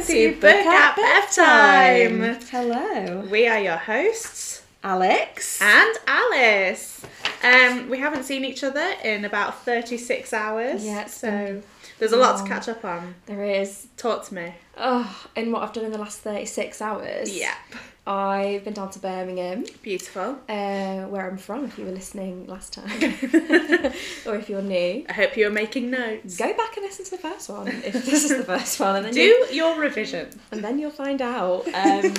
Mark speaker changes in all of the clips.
Speaker 1: Super Cat Bath Time.
Speaker 2: Hello,
Speaker 1: We are your hosts
Speaker 2: Alex.
Speaker 1: and Alice. Um, we haven't seen each other in about 36 hours.
Speaker 2: Yeah, it's
Speaker 1: so
Speaker 2: been
Speaker 1: there's a lot to
Speaker 2: long.
Speaker 1: catch up on.
Speaker 2: there is.
Speaker 1: Talk to me.
Speaker 2: Oh, and what I've done in the last thirty-six hours. I've been down to Birmingham,
Speaker 1: Beautiful.
Speaker 2: uh, where I'm from. If you were listening last time,
Speaker 1: I
Speaker 2: or if you're new,
Speaker 1: hope you're making notes.
Speaker 2: go back and listen to the first one. If this is the first one, and then you,
Speaker 1: Do your revision.
Speaker 2: and then you'll find out. Um,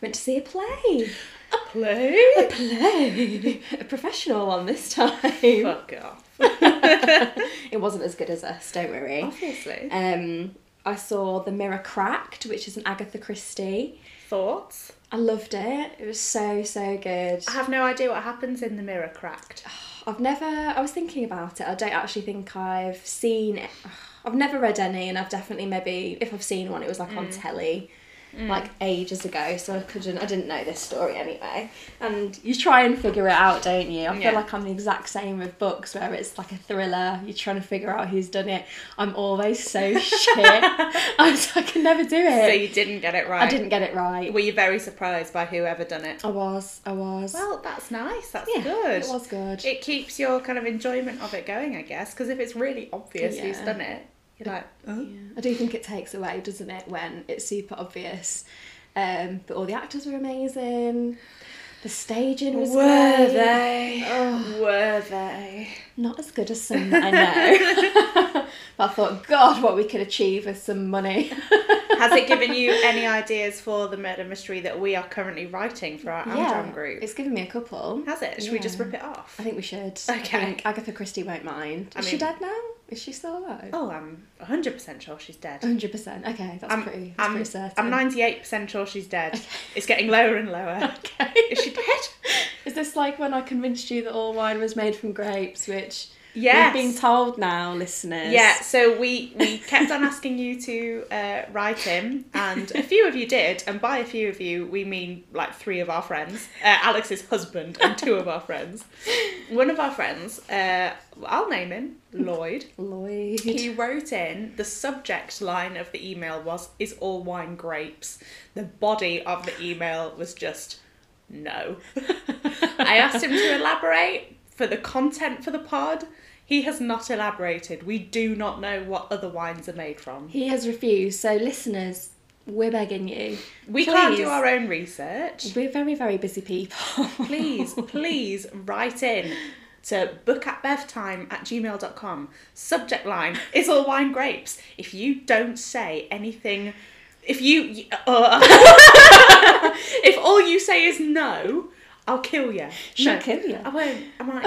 Speaker 2: went to see a play.
Speaker 1: A play?
Speaker 2: A play. A professional one this time.
Speaker 1: Fuck off.
Speaker 2: it wasn't as good as us. Don't worry.
Speaker 1: Obviously.
Speaker 2: Um, I saw The Mirror Cracked, which is an Agatha Christie.
Speaker 1: Thoughts?
Speaker 2: I loved it. It was so so good.
Speaker 1: I have no idea what happens in The Mirror Cracked.
Speaker 2: I've never. I was thinking about it. I don't actually think I've seen. it. I've never read any, and I've definitely maybe if I've seen one, it was like on
Speaker 1: Mm.
Speaker 2: telly. Like ages ago, so I couldn't. I didn't know this story anyway. And you try and figure it out, don't you? I
Speaker 1: Yeah.
Speaker 2: feel like I'm the exact same with books, where it's like a thriller. You're trying to figure out who's done it. I'm always so shit. I was like, I can never do it.
Speaker 1: So you didn't get it right.
Speaker 2: I didn't get it right.
Speaker 1: Were you very surprised by whoever done it?
Speaker 2: I was. I was.
Speaker 1: Well, that's nice. That's
Speaker 2: yeah,
Speaker 1: good.
Speaker 2: It was good.
Speaker 1: It keeps your kind of enjoyment of it going, I guess, because if it's really obvious who's
Speaker 2: Yeah.
Speaker 1: done it, you're like, oh.
Speaker 2: Yeah. I do think it takes away, doesn't it, when it's super obvious. Um, but all the actors were amazing. The staging was great.
Speaker 1: they?
Speaker 2: Oh,
Speaker 1: Were they?
Speaker 2: not as good as some that I know. but I thought, God, what we could achieve with some money.
Speaker 1: Has it given you any ideas for the murder mystery that we are currently writing for our Amdram group?
Speaker 2: It's given me a couple.
Speaker 1: Has it? Should we just
Speaker 2: Yeah.
Speaker 1: rip it off?
Speaker 2: I think we should. I
Speaker 1: Okay.
Speaker 2: think Agatha Christie won't mind.
Speaker 1: I
Speaker 2: Is she
Speaker 1: mean-
Speaker 2: dead now? Is she still alive?
Speaker 1: Oh, I'm 100% sure she's dead.
Speaker 2: 100%. Okay, Oh, that's
Speaker 1: I'm,
Speaker 2: pretty. That's
Speaker 1: I'm,
Speaker 2: pretty certain.
Speaker 1: I'm 98% sure she's dead. It's getting lower and lower.
Speaker 2: Okay.
Speaker 1: Is she dead?
Speaker 2: Is this like when I convinced you that all wine was made from grapes, which
Speaker 1: Yes.
Speaker 2: we've been told now, listeners?
Speaker 1: Yeah, so we we kept on asking you to uh, write in, and a few of you did, and by a few of you we mean like three of our friends, uh, Alex's husband and two of our friends. One of our friends, uh, I'll name him Lloyd.
Speaker 2: Lloyd.
Speaker 1: He wrote in the subject line of the email was "Is all wine grapes?" The body of the email was just no. I asked him to elaborate for the content for the pod. He has not elaborated. We do not know what other wines are made from.
Speaker 2: He has refused. So, listeners, we're begging you.
Speaker 1: We can't do
Speaker 2: Please.
Speaker 1: our own research.
Speaker 2: We're very, very busy people.
Speaker 1: Please, please write in to book at bevtime at gmail.com. Subject line is all wine grapes. If you don't say anything, if you. Uh, if all you say is no, I'll kill you.
Speaker 2: She'll kill you.
Speaker 1: I won't. I might.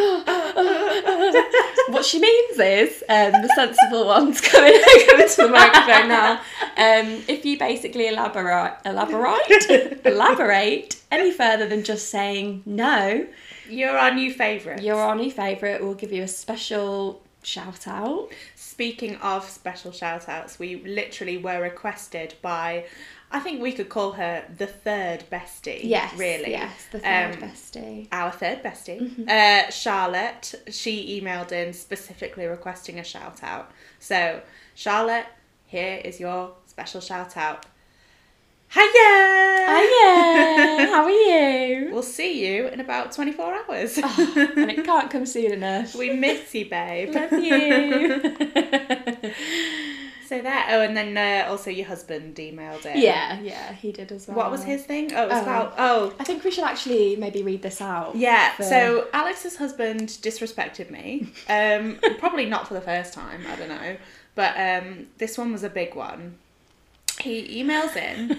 Speaker 2: what she means is um, the sensible one's coming over to the microphone now. Um, if you basically elaborate, elaborate, elaborate any further than just saying no,
Speaker 1: You're our new favourite.
Speaker 2: You're our new favourite. We'll give you a special shout out.
Speaker 1: Speaking of special shout outs, we literally were requested by, I think we could call her the third bestie. Really.
Speaker 2: Yes, the third
Speaker 1: Um,
Speaker 2: bestie.
Speaker 1: Our third bestie,
Speaker 2: Mm-hmm.
Speaker 1: uh, Charlotte, she emailed in specifically requesting a shout out. So, Charlotte, here is your special shout out. Hiya!
Speaker 2: Hiya, how are you?
Speaker 1: We'll see you in about 24 hours.
Speaker 2: and it can't come soon enough.
Speaker 1: we miss you, babe.
Speaker 2: Love you.
Speaker 1: So there. Oh, and then uh, also your husband emailed it.
Speaker 2: yeah, yeah, he did as well.
Speaker 1: What was his thing? Oh, it was
Speaker 2: Oh.
Speaker 1: about. Oh,
Speaker 2: I think we should actually maybe read this out.
Speaker 1: yeah.
Speaker 2: for-
Speaker 1: So Alex's husband disrespected me. Um, probably not for the first time. I don't know. But um, this one was a big one. He emails in.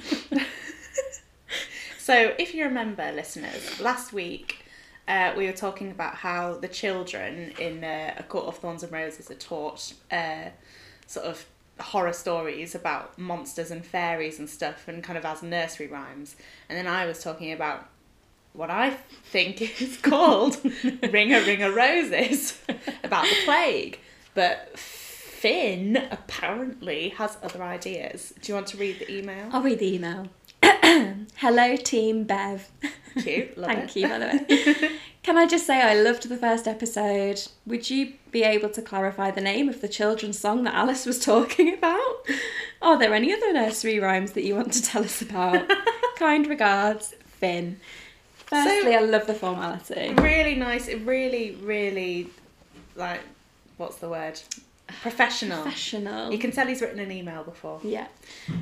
Speaker 1: so if you remember, listeners, last week. Uh, we were talking about how the children in uh, A Court of Thorns and Roses are taught uh, sort of horror stories about monsters and fairies and stuff and kind of as nursery rhymes. And then I was talking about what I think is called Ring a Ring a Roses about the plague. But Finn apparently has other
Speaker 2: Oh,
Speaker 1: ideas. Do you want to read the email?
Speaker 2: I'll read the email. Hello, Team Bev.
Speaker 1: Cute. Love
Speaker 2: Thank
Speaker 1: it.
Speaker 2: you, by the way. Can I just say I loved the first episode? Would you be able to clarify the name of the children's song that Alice was talking about? Are there any other nursery rhymes that you want to tell us about? kind regards, Finn. Firstly, I love the formality.
Speaker 1: Really nice. Really, really, like, what's the word? Professional.
Speaker 2: Professional.
Speaker 1: You can tell he's written an email before.
Speaker 2: yeah.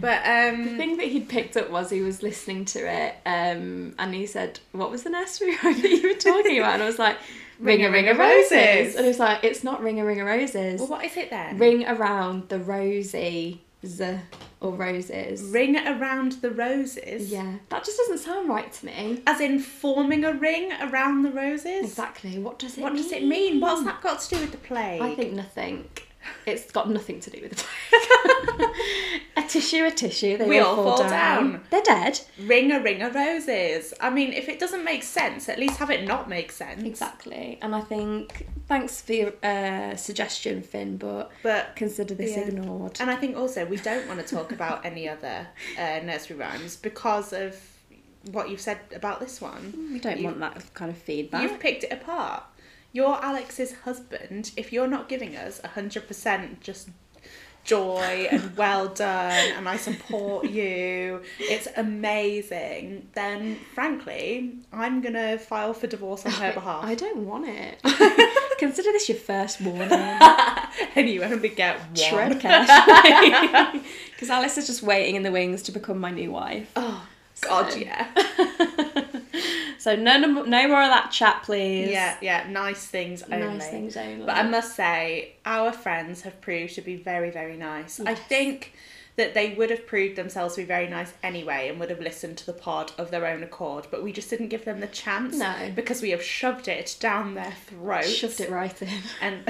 Speaker 1: But
Speaker 2: The
Speaker 1: um,
Speaker 2: thing that he'd picked up was he was listening to it um, and he said, What was the nursery rhyme that you were talking about? And I was like, Ring a ring a roses. And he was like, It's not ring a ring a roses.
Speaker 1: well, what is it then?
Speaker 2: Ring around the rosy z or roses.
Speaker 1: Ring around the roses.
Speaker 2: Yeah, that just doesn't sound right to me.
Speaker 1: As in forming a ring around the roses.
Speaker 2: Exactly. What does it
Speaker 1: What
Speaker 2: mean?
Speaker 1: does it mean? What's that got to do with the play?
Speaker 2: I think nothing. It's got nothing to do with the plague. a tissue, a tissue. They
Speaker 1: We
Speaker 2: all
Speaker 1: all
Speaker 2: fall,
Speaker 1: fall
Speaker 2: down.
Speaker 1: down.
Speaker 2: They're dead.
Speaker 1: Ring a ring of roses. I mean, if it doesn't make sense, at least have it not make sense.
Speaker 2: Exactly. And I think thanks for your uh, suggestion, Finn, but
Speaker 1: But
Speaker 2: consider this
Speaker 1: Yeah.
Speaker 2: ignored.
Speaker 1: and I think also we don't want to talk about any other uh, nursery rhymes because of what you've said about this one.
Speaker 2: We don't
Speaker 1: You-
Speaker 2: want that kind of feedback.
Speaker 1: You've picked it apart. You're Alex's husband. If you're not giving us hundred percent, just joy and well done and I support you. It's amazing. Then frankly, I'm gonna file for divorce on her behalf.
Speaker 2: I don't want it. consider this your first warning.
Speaker 1: and you only get one.
Speaker 2: Tread carefully. Because Alice is just waiting in the wings to become my new wife.
Speaker 1: Oh God,
Speaker 2: So-
Speaker 1: yeah,
Speaker 2: So no, no, no more of that chat, please.
Speaker 1: yeah, yeah. Nice things only.
Speaker 2: Nice things only.
Speaker 1: But I must say, our friends have proved to be very, very nice. I
Speaker 2: Yes.
Speaker 1: think that they would have proved themselves to be very nice anyway and would have listened to the pod of their own accord, but we just didn't give them the chance
Speaker 2: No.
Speaker 1: because we have shoved it down their throats.
Speaker 2: shoved it right in.
Speaker 1: And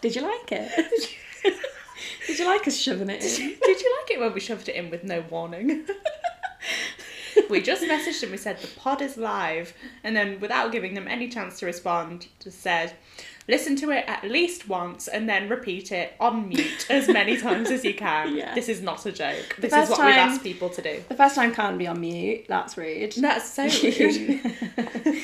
Speaker 2: Did you like it? Did you like us shoving it in?
Speaker 1: did you like it when we shoved it in with no warning? we just messaged them. We said the pod is live, and then without giving them any chance to respond, just said, "Listen to it at least once, and then repeat it on mute as many times as you can."
Speaker 2: Yeah.
Speaker 1: This is not a joke. This is
Speaker 2: first
Speaker 1: what we've
Speaker 2: time-
Speaker 1: asked people to do.
Speaker 2: The first time can't be on mute. That's rude.
Speaker 1: That's so rude.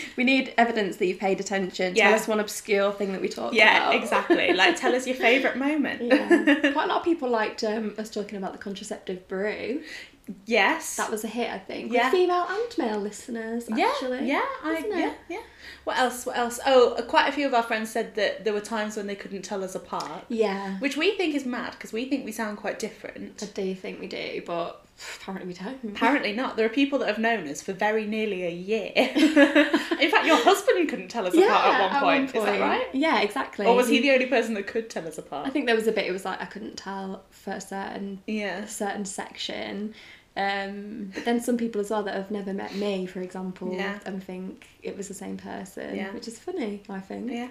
Speaker 2: we need evidence that you've paid attention.
Speaker 1: Yeah.
Speaker 2: Tell us one obscure thing that we talked
Speaker 1: yeah,
Speaker 2: about.
Speaker 1: exactly. Like, tell us your favourite moment.
Speaker 2: Yeah. Quite a lot of people liked um, us talking about the contraceptive brew.
Speaker 1: yes.
Speaker 2: That was a hit, I think. with
Speaker 1: Yeah.
Speaker 2: female and male listeners,
Speaker 1: Yeah,
Speaker 2: actually.
Speaker 1: yeah, I,
Speaker 2: Isn't it?
Speaker 1: yeah, yeah. What else? What else? Oh, quite a few of our friends said that there were times when they couldn't tell us apart,
Speaker 2: Yeah.
Speaker 1: which we think is mad because we think we sound quite
Speaker 2: I
Speaker 1: different.
Speaker 2: do think we do, but apparently we don't.
Speaker 1: Apparently not. There are people that have known us for very nearly a year. In fact, your husband couldn't tell us apart at one, point. Is that right?
Speaker 2: Yeah, exactly.
Speaker 1: Or was he the only person that could tell us apart?
Speaker 2: I think there was a bit. It was like I couldn't tell for a certain a
Speaker 1: yeah.
Speaker 2: certain section. Um, but then some people as well that have never met me, for example,
Speaker 1: Yeah.
Speaker 2: and think it was the same person,
Speaker 1: Yeah.
Speaker 2: which is funny. I think
Speaker 1: Yeah.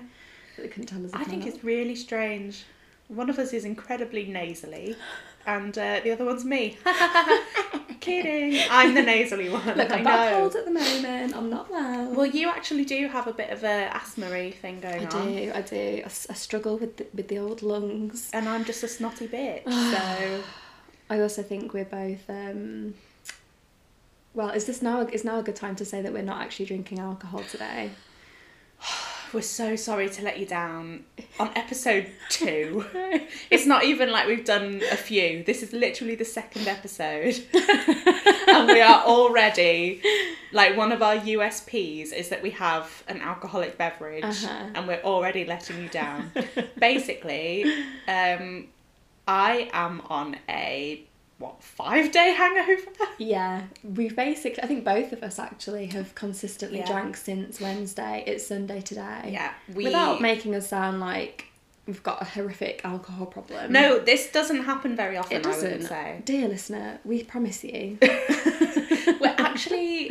Speaker 2: that they couldn't tell us.
Speaker 1: I think
Speaker 2: apart.
Speaker 1: it's really strange. One of us is incredibly nasally, and uh, the other one's me. Kidding. I'm the nasally one.
Speaker 2: look.
Speaker 1: I
Speaker 2: I've got a cold at the moment. I'm not well.
Speaker 1: Well, you actually do have a bit of a asthma thing going
Speaker 2: I
Speaker 1: on.
Speaker 2: do. I do. I, s- I struggle with the, with the old lungs.
Speaker 1: And I'm just a snotty bitch, so
Speaker 2: I also think we're both. Um, well, is this now? A, is now a good time to say that we're not actually drinking alcohol today?
Speaker 1: we're so sorry to let you down on episode two. it's not even like we've done a few. This is literally the second episode. and we are already like one of our USPs is that we have an alcoholic beverage
Speaker 2: Uh-huh.
Speaker 1: and we're already letting you down. Basically, um I am on a what, five day hangover?
Speaker 2: Yeah, we basically. I think both of us actually have consistently
Speaker 1: Yeah.
Speaker 2: drank since Wednesday. It's Sunday today.
Speaker 1: Yeah, we
Speaker 2: Without making us sound like we've got a horrific alcohol problem.
Speaker 1: No, this doesn't happen very often.
Speaker 2: it
Speaker 1: I
Speaker 2: doesn't.
Speaker 1: wouldn't say
Speaker 2: Dear listener, we promise you.
Speaker 1: we're actually.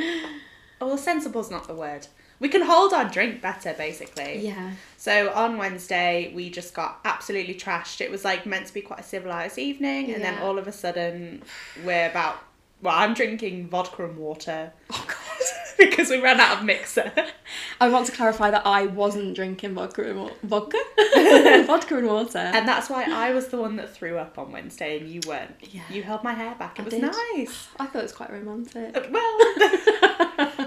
Speaker 1: Oh, well, sensible's not the word. We can hold our drink better, basically.
Speaker 2: yeah.
Speaker 1: So on Wednesday, we just got absolutely trashed. It was like meant to be quite a civilized evening, and then
Speaker 2: Yeah.
Speaker 1: all of a sudden, we're about. Well, I'm drinking vodka and water.
Speaker 2: Oh God.
Speaker 1: because we ran out of mixer.
Speaker 2: I want to clarify that I wasn't drinking vodka and wa- vodka, vodka and water.
Speaker 1: And that's why I was the one that threw up on Wednesday and you weren't.
Speaker 2: Yeah.
Speaker 1: You held my hair back. It
Speaker 2: I
Speaker 1: was
Speaker 2: did.
Speaker 1: nice.
Speaker 2: I thought it was quite romantic.
Speaker 1: Uh, Well,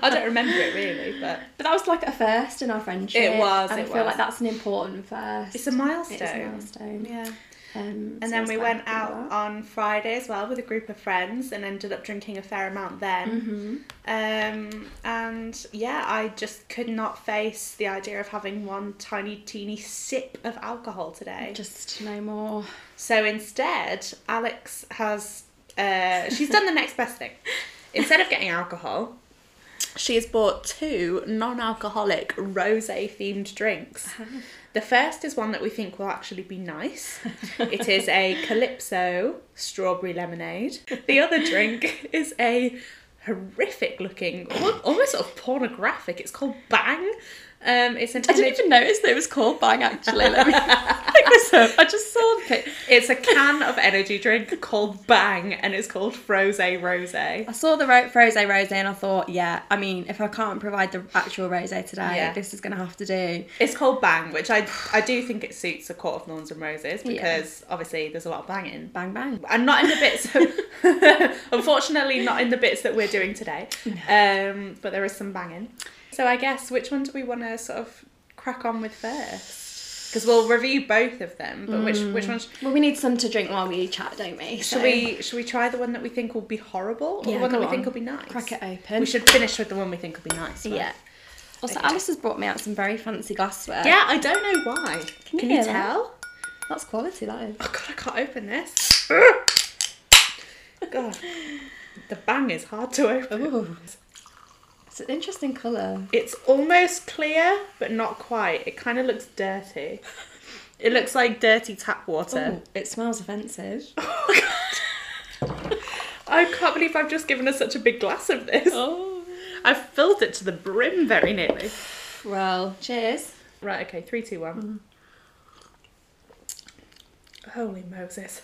Speaker 1: I don't remember it really, but
Speaker 2: But that was like a first in our friendship.
Speaker 1: It was,
Speaker 2: And
Speaker 1: it
Speaker 2: I feel
Speaker 1: was.
Speaker 2: like that's an important first.
Speaker 1: it's a
Speaker 2: It
Speaker 1: milestone.
Speaker 2: is a milestone.
Speaker 1: Yeah.
Speaker 2: Um,
Speaker 1: And then we went out on Friday as well with a group of friends and ended up drinking a fair amount then.
Speaker 2: Mm-hmm.
Speaker 1: Um, and yeah, I just could not face the idea of having one tiny, teeny sip of alcohol today.
Speaker 2: Just no more.
Speaker 1: So instead, Alex has uh, she's done the next best thing. Instead of getting alcohol, she has bought two non-alcoholic rosé-themed drinks.
Speaker 2: Uh-huh.
Speaker 1: The first is one that we think will actually be nice. It is a Calypso strawberry lemonade. The other drink is a horrific-looking, al- almost sort of pornographic. It's called Bang. Um, it's an
Speaker 2: I didn't
Speaker 1: image-
Speaker 2: even notice that it was called Bang. Actually, let me pick this up. I just saw the pic.
Speaker 1: It's a can of energy drink called Bang, and it's called Froze Rose.
Speaker 2: I saw the ro- rose rose and I thought, yeah. I mean, if I can't provide the actual rose today,
Speaker 1: Yeah.
Speaker 2: this is gonna have to do.
Speaker 1: It's called Bang, which I I do think it suits a court of lawns and roses because obviously there's a lot of banging.
Speaker 2: Bang bang.
Speaker 1: And not in the bits, unfortunately, not in the bits that we're doing today. Um, but there is some banging. So I guess which one do we want to sort of crack on with first? Because we'll review both of them. But which which one? Sh-
Speaker 2: Well, we need some to drink while we chat, don't we?
Speaker 1: should
Speaker 2: Mm, So-
Speaker 1: we should we try the one that we think will be horrible or
Speaker 2: Yeah,
Speaker 1: the one that
Speaker 2: go
Speaker 1: we think
Speaker 2: on.
Speaker 1: will be nice?
Speaker 2: crack it open?
Speaker 1: We should finish with the one we think will be nice. first.
Speaker 2: Yeah. Also,
Speaker 1: Okay.
Speaker 2: Alice has brought me out some very fancy glassware.
Speaker 1: Yeah, I don't know why. Can,
Speaker 2: Uh, Can you
Speaker 1: you,
Speaker 2: hear that?
Speaker 1: tell?
Speaker 2: That's quality, that is.
Speaker 1: Oh god, I can't open this. god. The bang is hard to open.
Speaker 2: Ooh. It's an interesting colour.
Speaker 1: It's almost clear, but not quite. It kind of looks dirty. It looks like dirty tap water.
Speaker 2: Ooh, it smells offensive.
Speaker 1: Oh god. I can't believe I've just given us such a big glass of this.
Speaker 2: Oh.
Speaker 1: I've filled it to the brim very nearly.
Speaker 2: Well, cheers.
Speaker 1: Right, okay, three, two, one.
Speaker 2: Mm-hmm.
Speaker 1: Holy Moses.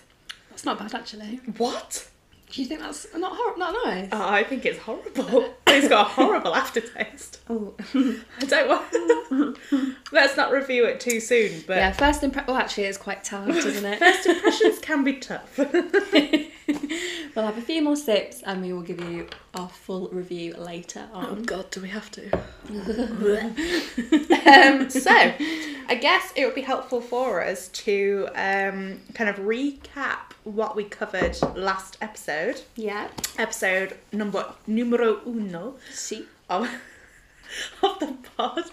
Speaker 2: That's not bad, actually.
Speaker 1: What?
Speaker 2: Do you think that's not hor- not nice?
Speaker 1: Oh, I think it's horrible. It's got a horrible aftertaste.
Speaker 2: Oh.
Speaker 1: I don't want. Let's not review it too soon, but
Speaker 2: yeah, first impression. Well, actually, it's quite tart, isn't it?
Speaker 1: first impressions can be tough.
Speaker 2: we'll have a few more sips and we will give you our full review later on.
Speaker 1: Oh, God, do we have to? um, so, I guess it would be helpful for us to um, kind of recap what we covered last episode,
Speaker 2: Yeah.
Speaker 1: episode number numero uno.
Speaker 2: See.
Speaker 1: of, of the pod.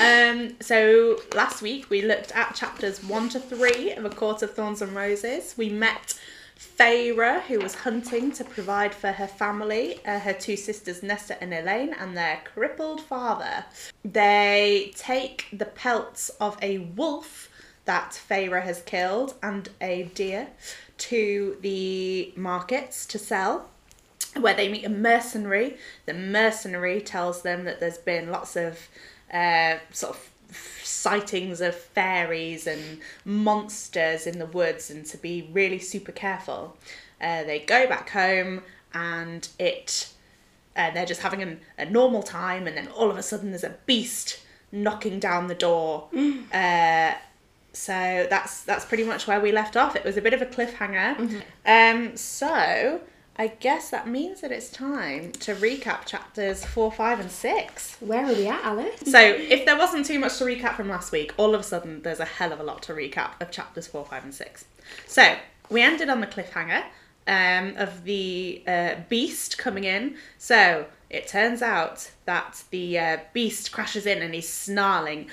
Speaker 1: um, so last week we looked at chapters one to three of A Court of Thorns and Roses. We met Feyre, who was hunting to provide for her family, uh, her two sisters Nesta and Elaine, and their crippled father. They take the pelts of a wolf that Feyre has killed and a deer to the markets to sell where they meet a mercenary. The mercenary tells them that there's been lots of uh, sort of sightings of fairies and monsters in the woods and to be really super careful. Uh, they go back home and it uh, they're just having an, a normal time and then all of a sudden there's a beast knocking down the door uh, so that's that's pretty much where we left off it was a bit of a cliffhanger um, so i guess that means that it's time to recap chapters 4 5 and 6
Speaker 2: Where are we at, Alice?
Speaker 1: so if there wasn't too much to recap from last week all of a sudden there's a hell of a lot to recap of chapters 4 5 and 6 so we ended on the cliffhanger um, of the uh, beast coming in so it turns out that the uh, beast crashes in and he's snarling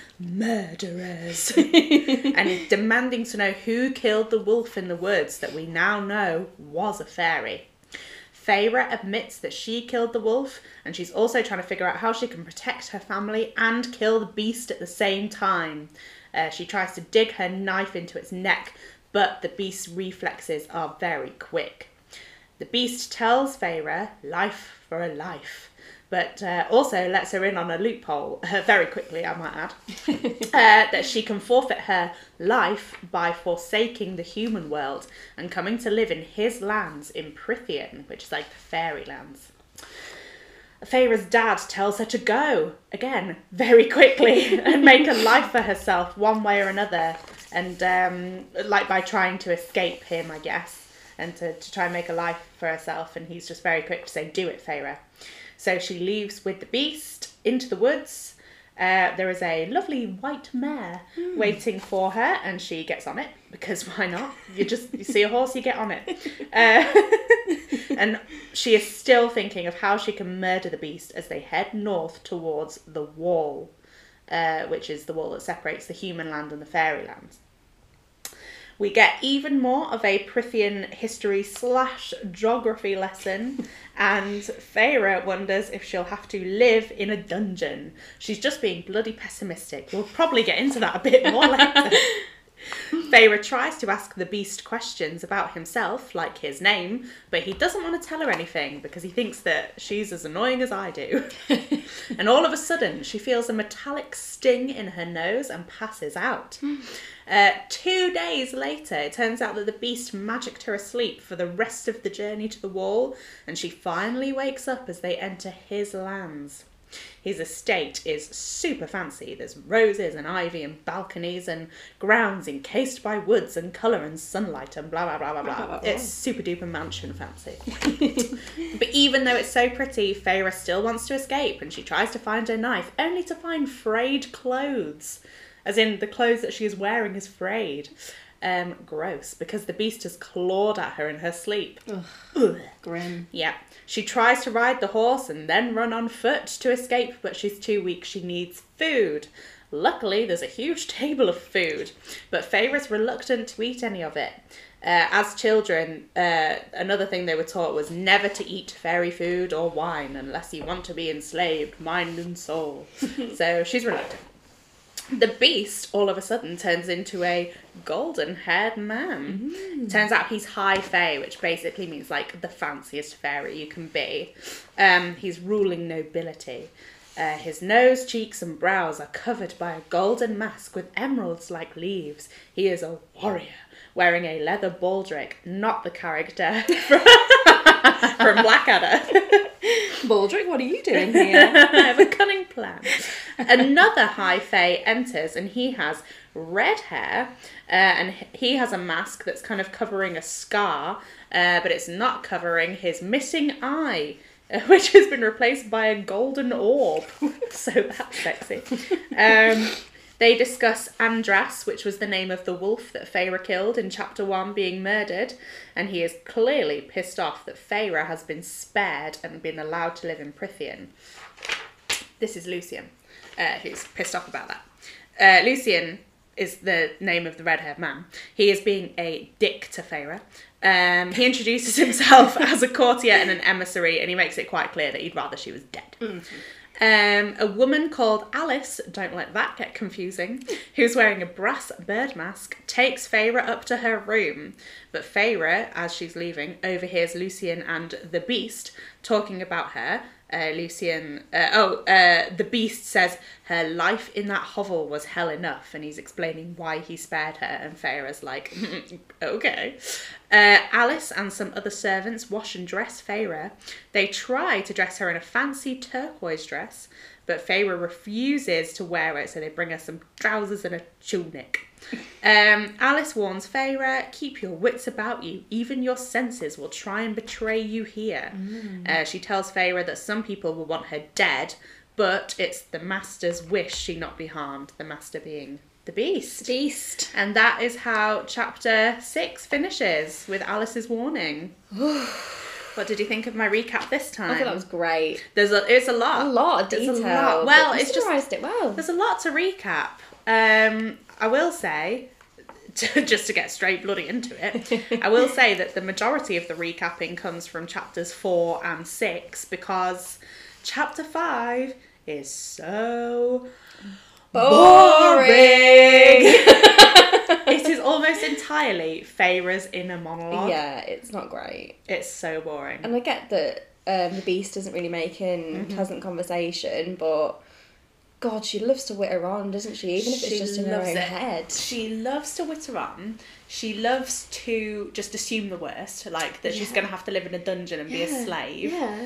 Speaker 1: murderers and is demanding to know who killed the wolf in the woods that we now know was a fairy Feyre admits that she killed the wolf, and she's also trying to figure out how she can protect her family and kill the beast at the same time. Uh, she tries to dig her knife into its neck, but the beast's reflexes are very quick. The beast tells Feyre, life for a life, but uh, also lets her in on a loophole, very quickly, I might add, uh, that she can forfeit her life by forsaking the human world and coming to live in his lands in Prithian, which is like the fairy lands. Feyre's dad tells her to go again very quickly and make a life for herself one way or another, and um, like by trying to escape him, I guess, and to, to try and make a life for herself. And he's just very quick to say, "Do it, Feyre." So she leaves with the beast into the woods. Uh, there is a lovely white mare waiting for her, and she gets on it because why not? You just you see a horse, you get on it. Uh, and she is still thinking of how she can murder the beast as they head north towards the wall, uh, which is the wall that separates the human land and the fairy land. We get even more of a Prithian history slash geography lesson, and Feyre wonders if she'll have to live in a dungeon. She's just being bloody pessimistic. We'll probably get into that a bit more later. Feyre tries to ask the beast questions about himself, like his name, but he doesn't want to tell her anything because he thinks that she's as annoying as I do. and all of a sudden, she feels a metallic sting in her nose and passes out. Uh, two days later, it turns out that the beast magicked her asleep for the rest of the journey to the wall, and she finally wakes up as they enter his lands. His estate is super fancy. There's roses and ivy and balconies and grounds encased by woods and colour and sunlight and blah blah blah blah blah.
Speaker 2: blah, blah.
Speaker 1: It's super duper mansion fancy. but even though it's so pretty, Feyre still wants to escape and she tries to find her knife, only to find frayed clothes. As in, the clothes that she is wearing is frayed. Um, gross, because the beast has clawed at her in her sleep. Ugh.
Speaker 2: Grim.
Speaker 1: Yeah. She tries to ride the horse and then run on foot to escape, but she's too weak. She needs food. Luckily, there's a huge table of food, but Feyre's reluctant to eat any of it. Uh, as children, uh, another thing they were taught was never to eat fairy food or wine unless you want to be enslaved, mind and soul. so she's reluctant. The beast all of a sudden turns into a golden haired man. Turns out he's high fae, which basically means like the fanciest fairy you can be. Um, he's ruling nobility. Uh, his nose, cheeks, and brows are covered by a golden mask with emeralds like leaves. He is a warrior wearing a leather baldric, not the character from, from Blackadder.
Speaker 2: Baldric, what are you doing here?
Speaker 1: I have a cunning plan. Another high fae enters, and he has red hair, uh, and he has a mask that's kind of covering a scar, uh, but it's not covering his missing eye. uh, Which has been replaced by a golden orb, so that's sexy. Um, they discuss Andras, which was the name of the wolf that Feyre killed in chapter one, being murdered, and he is clearly pissed off that Feyre has been spared and been allowed to live in Prithian. This is Lucian, uh, who's pissed off about that. Uh, Lucian is the name of the red haired man. He is being a dick to Feyre. Um, he introduces himself as a courtier and an emissary, and he makes it quite clear that he'd rather she was dead. Um, a woman called Alice, don't let that get confusing, who's wearing a brass bird mask, takes Feyre up to her room. But Feyre, as she's leaving, overhears Lucian and the Beast talking about her. Uh, Lucian, uh, oh, uh, the Beast says her life in that hovel was hell enough, and he's explaining why he spared her. And Feyre's like, okay. Uh, Alice and some other servants wash and dress Feyre. They try to dress her in a fancy turquoise dress, but Feyre refuses to wear it, so they bring her some trousers and a tunic. Um, Alice warns Feyre, keep your wits about you. Even your senses will try and betray you here. Uh, she tells Feyre that some people will want her dead, but it's the master's wish she not be harmed, the master being the beast.
Speaker 2: Beast.
Speaker 1: And that is how chapter six finishes with Alice's warning. what did you think of my recap this time?
Speaker 2: I thought that was great.
Speaker 1: there's a it's a lot.
Speaker 2: A lot of
Speaker 1: There's a
Speaker 2: detail.
Speaker 1: lot.
Speaker 2: but
Speaker 1: Well,
Speaker 2: you
Speaker 1: it's just-
Speaker 2: summarised it well.
Speaker 1: There's a lot to recap. Um, I will say, just to get straight bloody into it, I will say that the majority of the recapping comes from chapters four and six because chapter five is so it is almost entirely Feyre's inner monologue.
Speaker 2: yeah, it's not great.
Speaker 1: It's so boring.
Speaker 2: And I
Speaker 1: Mm-hmm.
Speaker 2: get that um, the beast isn't really making pleasant conversation, but God, she loves to witter on, doesn't she? Even if it's
Speaker 1: She
Speaker 2: just in her
Speaker 1: loves
Speaker 2: own
Speaker 1: it.
Speaker 2: head.
Speaker 1: She loves to witter on. She loves to just assume the worst, like that she's
Speaker 2: Yeah.
Speaker 1: going to have to live in a dungeon and be a slave.
Speaker 2: Yeah.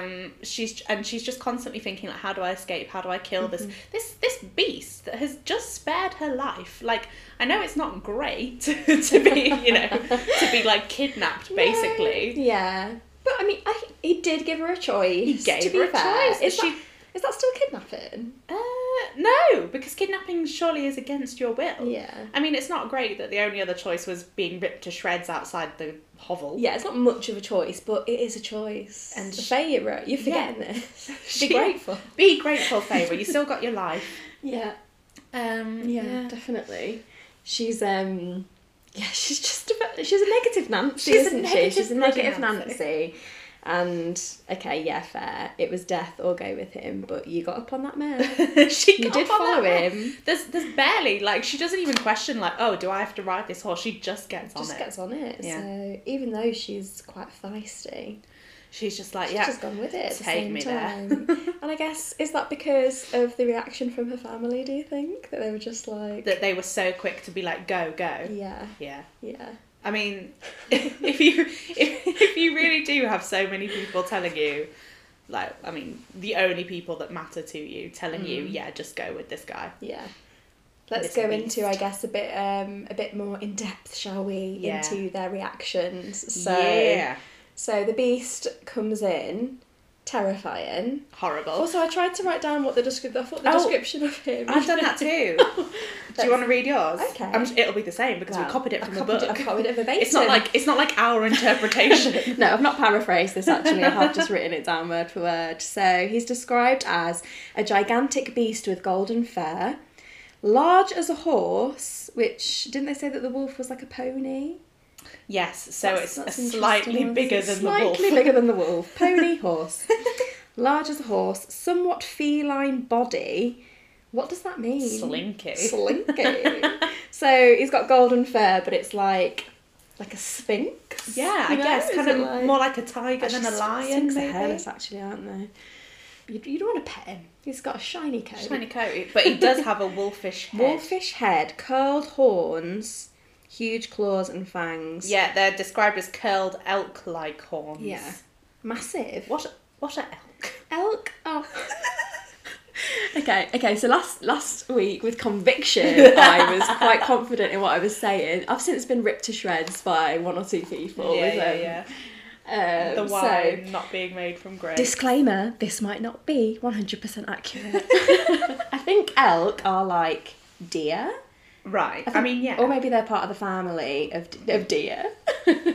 Speaker 1: Um, she's and she's just constantly thinking like, how do I escape? How do I kill this this this beast that has just spared her life? Like, I know it's not great to be, you know, to be like kidnapped basically.
Speaker 2: Yeah. But I mean, I, he did give her a choice.
Speaker 1: He gave
Speaker 2: to be
Speaker 1: her a
Speaker 2: fair.
Speaker 1: choice,
Speaker 2: Is,
Speaker 1: but
Speaker 2: that, is that still kidnapping?
Speaker 1: Uh, no, because kidnapping surely is against your will.
Speaker 2: Yeah.
Speaker 1: I mean, it's not great that the only other choice was being ripped to shreds outside the hovel.
Speaker 2: Yeah, it's not much of a choice, but it is a choice.
Speaker 1: And
Speaker 2: a
Speaker 1: she-
Speaker 2: favourite. You're forgetting this.
Speaker 1: She-
Speaker 2: Be grateful.
Speaker 1: Be grateful, Faber. You still got your life.
Speaker 2: Yeah.
Speaker 1: Um,
Speaker 2: Yeah, definitely. She's um yeah, she's just about, she's a negative Nancy,
Speaker 1: She's a
Speaker 2: isn't she?
Speaker 1: negative
Speaker 2: She's a
Speaker 1: bloody
Speaker 2: negative Nancy.
Speaker 1: Nancy.
Speaker 2: And okay, yeah, fair. It was death or go with him, but you got up on that mare.
Speaker 1: she
Speaker 2: You
Speaker 1: got
Speaker 2: did
Speaker 1: on
Speaker 2: follow
Speaker 1: that horse.
Speaker 2: him.
Speaker 1: There's, there's barely like she doesn't even question like, oh, do I have to ride this horse? She just gets
Speaker 2: Just
Speaker 1: on it.
Speaker 2: gets on it.
Speaker 1: Yeah.
Speaker 2: So even though she's quite feisty,
Speaker 1: She's just like,
Speaker 2: she's
Speaker 1: yeah,
Speaker 2: just gone with it. At the
Speaker 1: take
Speaker 2: same
Speaker 1: me
Speaker 2: time. and I guess is that because of the reaction from her family? Do you think that they were just like,
Speaker 1: that they were so quick to be like, go, go.
Speaker 2: yeah,
Speaker 1: Yeah.
Speaker 2: yeah,
Speaker 1: I mean, if you if, if you really do have so many people telling you, like, I mean, the only people that matter to you telling you,
Speaker 2: Mm.
Speaker 1: yeah, just go with this guy.
Speaker 2: Yeah. Let's
Speaker 1: Little
Speaker 2: go
Speaker 1: beast.
Speaker 2: into, I guess, a bit um, a bit more in depth, shall we?
Speaker 1: Yeah.
Speaker 2: Into their reactions. So,
Speaker 1: yeah,
Speaker 2: so the beast comes in, terrifying.
Speaker 1: horrible.
Speaker 2: Also, I tried to write down what the description. I thought the
Speaker 1: Oh,
Speaker 2: description of him.
Speaker 1: I've done that too. do you want to read yours?
Speaker 2: Okay.
Speaker 1: I'm, it'll be the same because
Speaker 2: Well,
Speaker 1: we copied it
Speaker 2: I
Speaker 1: from a
Speaker 2: copied it-
Speaker 1: book.
Speaker 2: I copied it verbatim.
Speaker 1: It's not like it's not like our interpretation.
Speaker 2: no, I've not paraphrased this actually, I have just written it down word for word. So he's described as a gigantic beast with golden fur, large as a horse, which didn't they say that the wolf was like a pony?
Speaker 1: yes, so
Speaker 2: That's-
Speaker 1: it's
Speaker 2: that's
Speaker 1: a
Speaker 2: interesting,
Speaker 1: slightly
Speaker 2: isn't it?
Speaker 1: bigger than
Speaker 2: slightly
Speaker 1: the wolf.
Speaker 2: bigger than the wolf. Pony horse. Large as a horse, somewhat feline body. What does that mean?
Speaker 1: Slinky.
Speaker 2: Slinky. so he's got golden fur, but it's like like a sphinx.
Speaker 1: yeah, I
Speaker 2: you know?
Speaker 1: guess
Speaker 2: Is
Speaker 1: kind
Speaker 2: it
Speaker 1: of
Speaker 2: like-
Speaker 1: more like a tiger than a
Speaker 2: Actually,
Speaker 1: lion.
Speaker 2: Sphinx are
Speaker 1: Maybe.
Speaker 2: hairless, actually, aren't they? You, you don't want to pet him. He's got a shiny coat.
Speaker 1: Shiny coat, but he does have a wolfish head.
Speaker 2: Wolfish head, curled horns, huge claws and fangs.
Speaker 1: Yeah, they're described as curled elk-like horns.
Speaker 2: Yeah. Massive.
Speaker 1: What? A, what a elk!
Speaker 2: elk. Oh. okay, okay. So last last week with conviction, I was quite confident in what I was saying. I've since been ripped to shreds by one or two people.
Speaker 1: yeah,
Speaker 2: with,
Speaker 1: yeah,
Speaker 2: um,
Speaker 1: yeah.
Speaker 2: Um,
Speaker 1: The
Speaker 2: so-
Speaker 1: wine not being made from grapes.
Speaker 2: Disclaimer: This might not be one hundred percent accurate. I think elk are like deer.
Speaker 1: right. I, mean, yeah.
Speaker 2: Or maybe they're part of the family of d- of deer.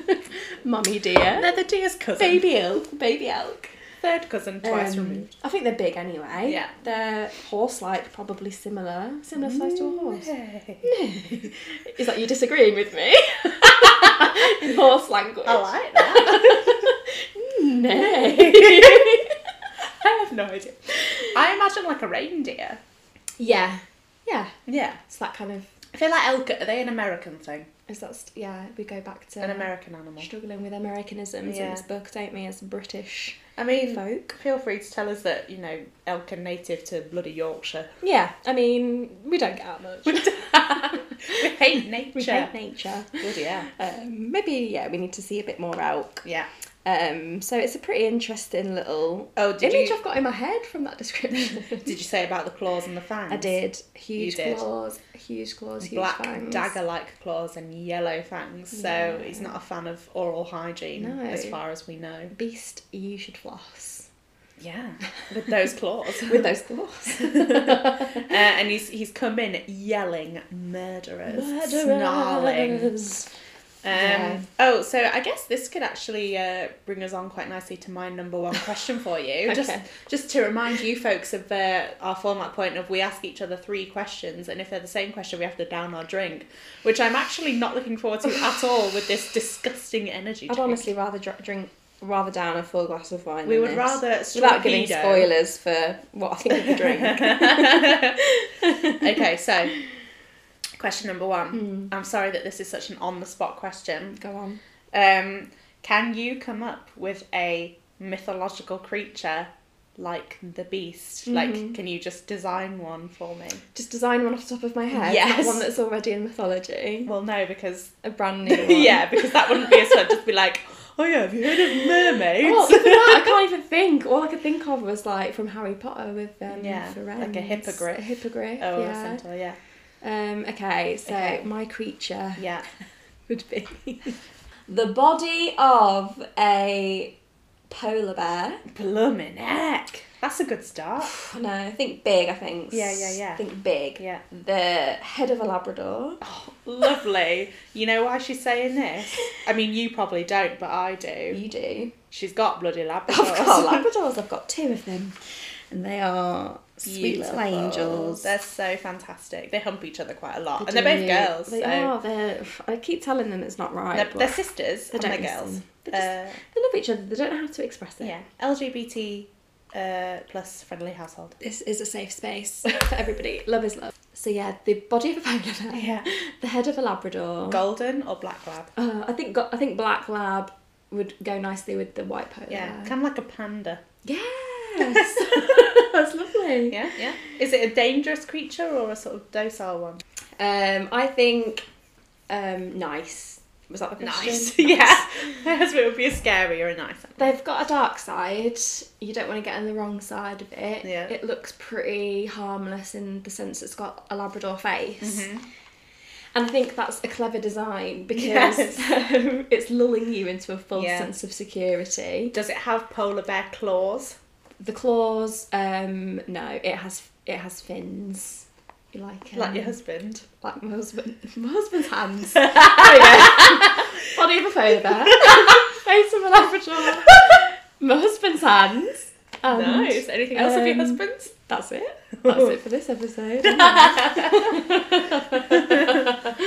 Speaker 2: Mummy deer.
Speaker 1: they're the deer's cousin,
Speaker 2: Baby elk. Baby elk.
Speaker 1: third cousin, twice
Speaker 2: Um,
Speaker 1: removed.
Speaker 2: I think they're big anyway.
Speaker 1: Yeah.
Speaker 2: They're horse like, probably similar. Similar size to
Speaker 1: Mm.
Speaker 2: a horse. Is that you disagreeing with me? In horse language. Mm,
Speaker 1: I like that.
Speaker 2: No.
Speaker 1: I have no idea. I imagine like a reindeer.
Speaker 2: yeah. Yeah.
Speaker 1: Yeah.
Speaker 2: It's that kind of.
Speaker 1: I feel like elk. Are they an American thing?
Speaker 2: Is that, st- yeah, we go back to.
Speaker 1: An American animal.
Speaker 2: Struggling with Americanisms in
Speaker 1: Yeah.
Speaker 2: this book, don't we, as British
Speaker 1: I mean,
Speaker 2: folk?
Speaker 1: feel free to tell us that you know elk are native to bloody Yorkshire.
Speaker 2: Yeah, I mean, we don't get out much. we
Speaker 1: We hate nature.
Speaker 2: hate nature.
Speaker 1: Bloody yeah.
Speaker 2: Um, maybe, yeah, we need to see a bit more elk.
Speaker 1: Yeah.
Speaker 2: Um, so it's a pretty interesting little
Speaker 1: Oh, did
Speaker 2: image
Speaker 1: you-
Speaker 2: I've got in my head from that description.
Speaker 1: Did you say about the claws and the fangs?
Speaker 2: I did. Huge
Speaker 1: did.
Speaker 2: claws, huge claws, huge
Speaker 1: Black
Speaker 2: fangs.
Speaker 1: dagger-like claws and yellow fangs. So
Speaker 2: Yeah.
Speaker 1: he's not a fan of oral hygiene,
Speaker 2: No.
Speaker 1: as far as we know.
Speaker 2: Beast, you should floss
Speaker 1: Yeah, with those claws.
Speaker 2: with those claws.
Speaker 1: Uh, and he's he's come in yelling murderers, snarling. Um,
Speaker 2: Murderers. Yeah.
Speaker 1: Oh, so I guess this could actually uh, bring us on quite nicely to my number one question for you. Just
Speaker 2: Okay.
Speaker 1: just to remind you folks of uh, our format point of we ask each other three questions, and if they're the same question, we have to down our drink, which I'm actually not looking forward to at all with this disgusting energy.
Speaker 2: I'd
Speaker 1: drink.
Speaker 2: honestly rather dr- drink rather down a full glass of wine.
Speaker 1: we
Speaker 2: than
Speaker 1: would
Speaker 2: this.
Speaker 1: rather
Speaker 2: without giving
Speaker 1: torpedo-
Speaker 2: spoilers for what I think of the drink.
Speaker 1: Okay, so question number
Speaker 2: Hmm.
Speaker 1: one. I'm sorry that this is such an on the spot question.
Speaker 2: Go on.
Speaker 1: Um, can you come up with a mythological creature like the beast?
Speaker 2: Mm-hmm.
Speaker 1: Like, can you just design one for me?
Speaker 2: Just design one off the top of my head.
Speaker 1: Yes.
Speaker 2: Not one that's already in mythology.
Speaker 1: Well, no, because
Speaker 2: A brand new one.
Speaker 1: yeah, because that wouldn't be as fun. Just be like, oh yeah, have you heard of mermaids?
Speaker 2: Well, even that, I can't even think. All I could think of was like from Harry Potter with um,
Speaker 1: Yeah,
Speaker 2: Ferenz.
Speaker 1: like a hippogriff.
Speaker 2: A hippogriff.
Speaker 1: oh, a
Speaker 2: yeah.
Speaker 1: centaur, yeah,
Speaker 2: Um, okay, so
Speaker 1: Okay.
Speaker 2: my creature
Speaker 1: yeah.
Speaker 2: would be the body of a polar bear.
Speaker 1: Bloomin' heck, that's a good start.
Speaker 2: No, I think big. I think.
Speaker 1: Yeah, yeah, yeah.
Speaker 2: Think big.
Speaker 1: Yeah.
Speaker 2: The head of a Labrador.
Speaker 1: Oh, lovely. You know why she's saying this? I mean, you probably don't, but I do.
Speaker 2: You do.
Speaker 1: She's got bloody labradors.
Speaker 2: I've got Labradors. I've got two of them, and they are sweet
Speaker 1: Beautiful.
Speaker 2: little angels.
Speaker 1: They're so fantastic. They hump each other quite a lot,
Speaker 2: They
Speaker 1: and they're both
Speaker 2: do.
Speaker 1: girls.
Speaker 2: They
Speaker 1: so
Speaker 2: are. They're. I keep telling them it's not right.
Speaker 1: They're,
Speaker 2: but
Speaker 1: they're sisters
Speaker 2: they
Speaker 1: and they're
Speaker 2: don't
Speaker 1: girls.
Speaker 2: listen. They just-
Speaker 1: Uh,
Speaker 2: they love each other. They don't know how to express it.
Speaker 1: yeah, LGBT uh, plus friendly household.
Speaker 2: This is a safe space for everybody. love is love. So yeah, the body of a polar bear.
Speaker 1: Yeah.
Speaker 2: The head of a Labrador.
Speaker 1: Golden or black lab?
Speaker 2: Uh, I think go- I think black lab would go nicely with the white polar.
Speaker 1: Yeah,
Speaker 2: bear.
Speaker 1: kind of like a panda.
Speaker 2: Yes. That's lovely.
Speaker 1: Yeah, yeah. Is it a dangerous creature or a sort of docile one?
Speaker 2: Um, I think um, nice. Was that the question?
Speaker 1: yeah. As it would be a scary or a nice one.
Speaker 2: They've got a dark side. You don't want to get on the wrong side of it.
Speaker 1: Yeah.
Speaker 2: It looks pretty harmless in the sense it's got a Labrador face.
Speaker 1: Mm-hmm.
Speaker 2: And I think that's a clever design because um, it's lulling you into a false
Speaker 1: Yeah.
Speaker 2: sense of security.
Speaker 1: Does it have polar bear claws?
Speaker 2: The claws, um, no, it has it has fins. You like um,
Speaker 1: Like your husband.
Speaker 2: like my husband, my husband's hands.
Speaker 1: oh,
Speaker 2: Body of a polar bear, face of a Labrador. My husband's hands.
Speaker 1: yeah.
Speaker 2: And
Speaker 1: Nice. Anything else of your
Speaker 2: um,
Speaker 1: husband's?
Speaker 2: That's it. That's it for this episode.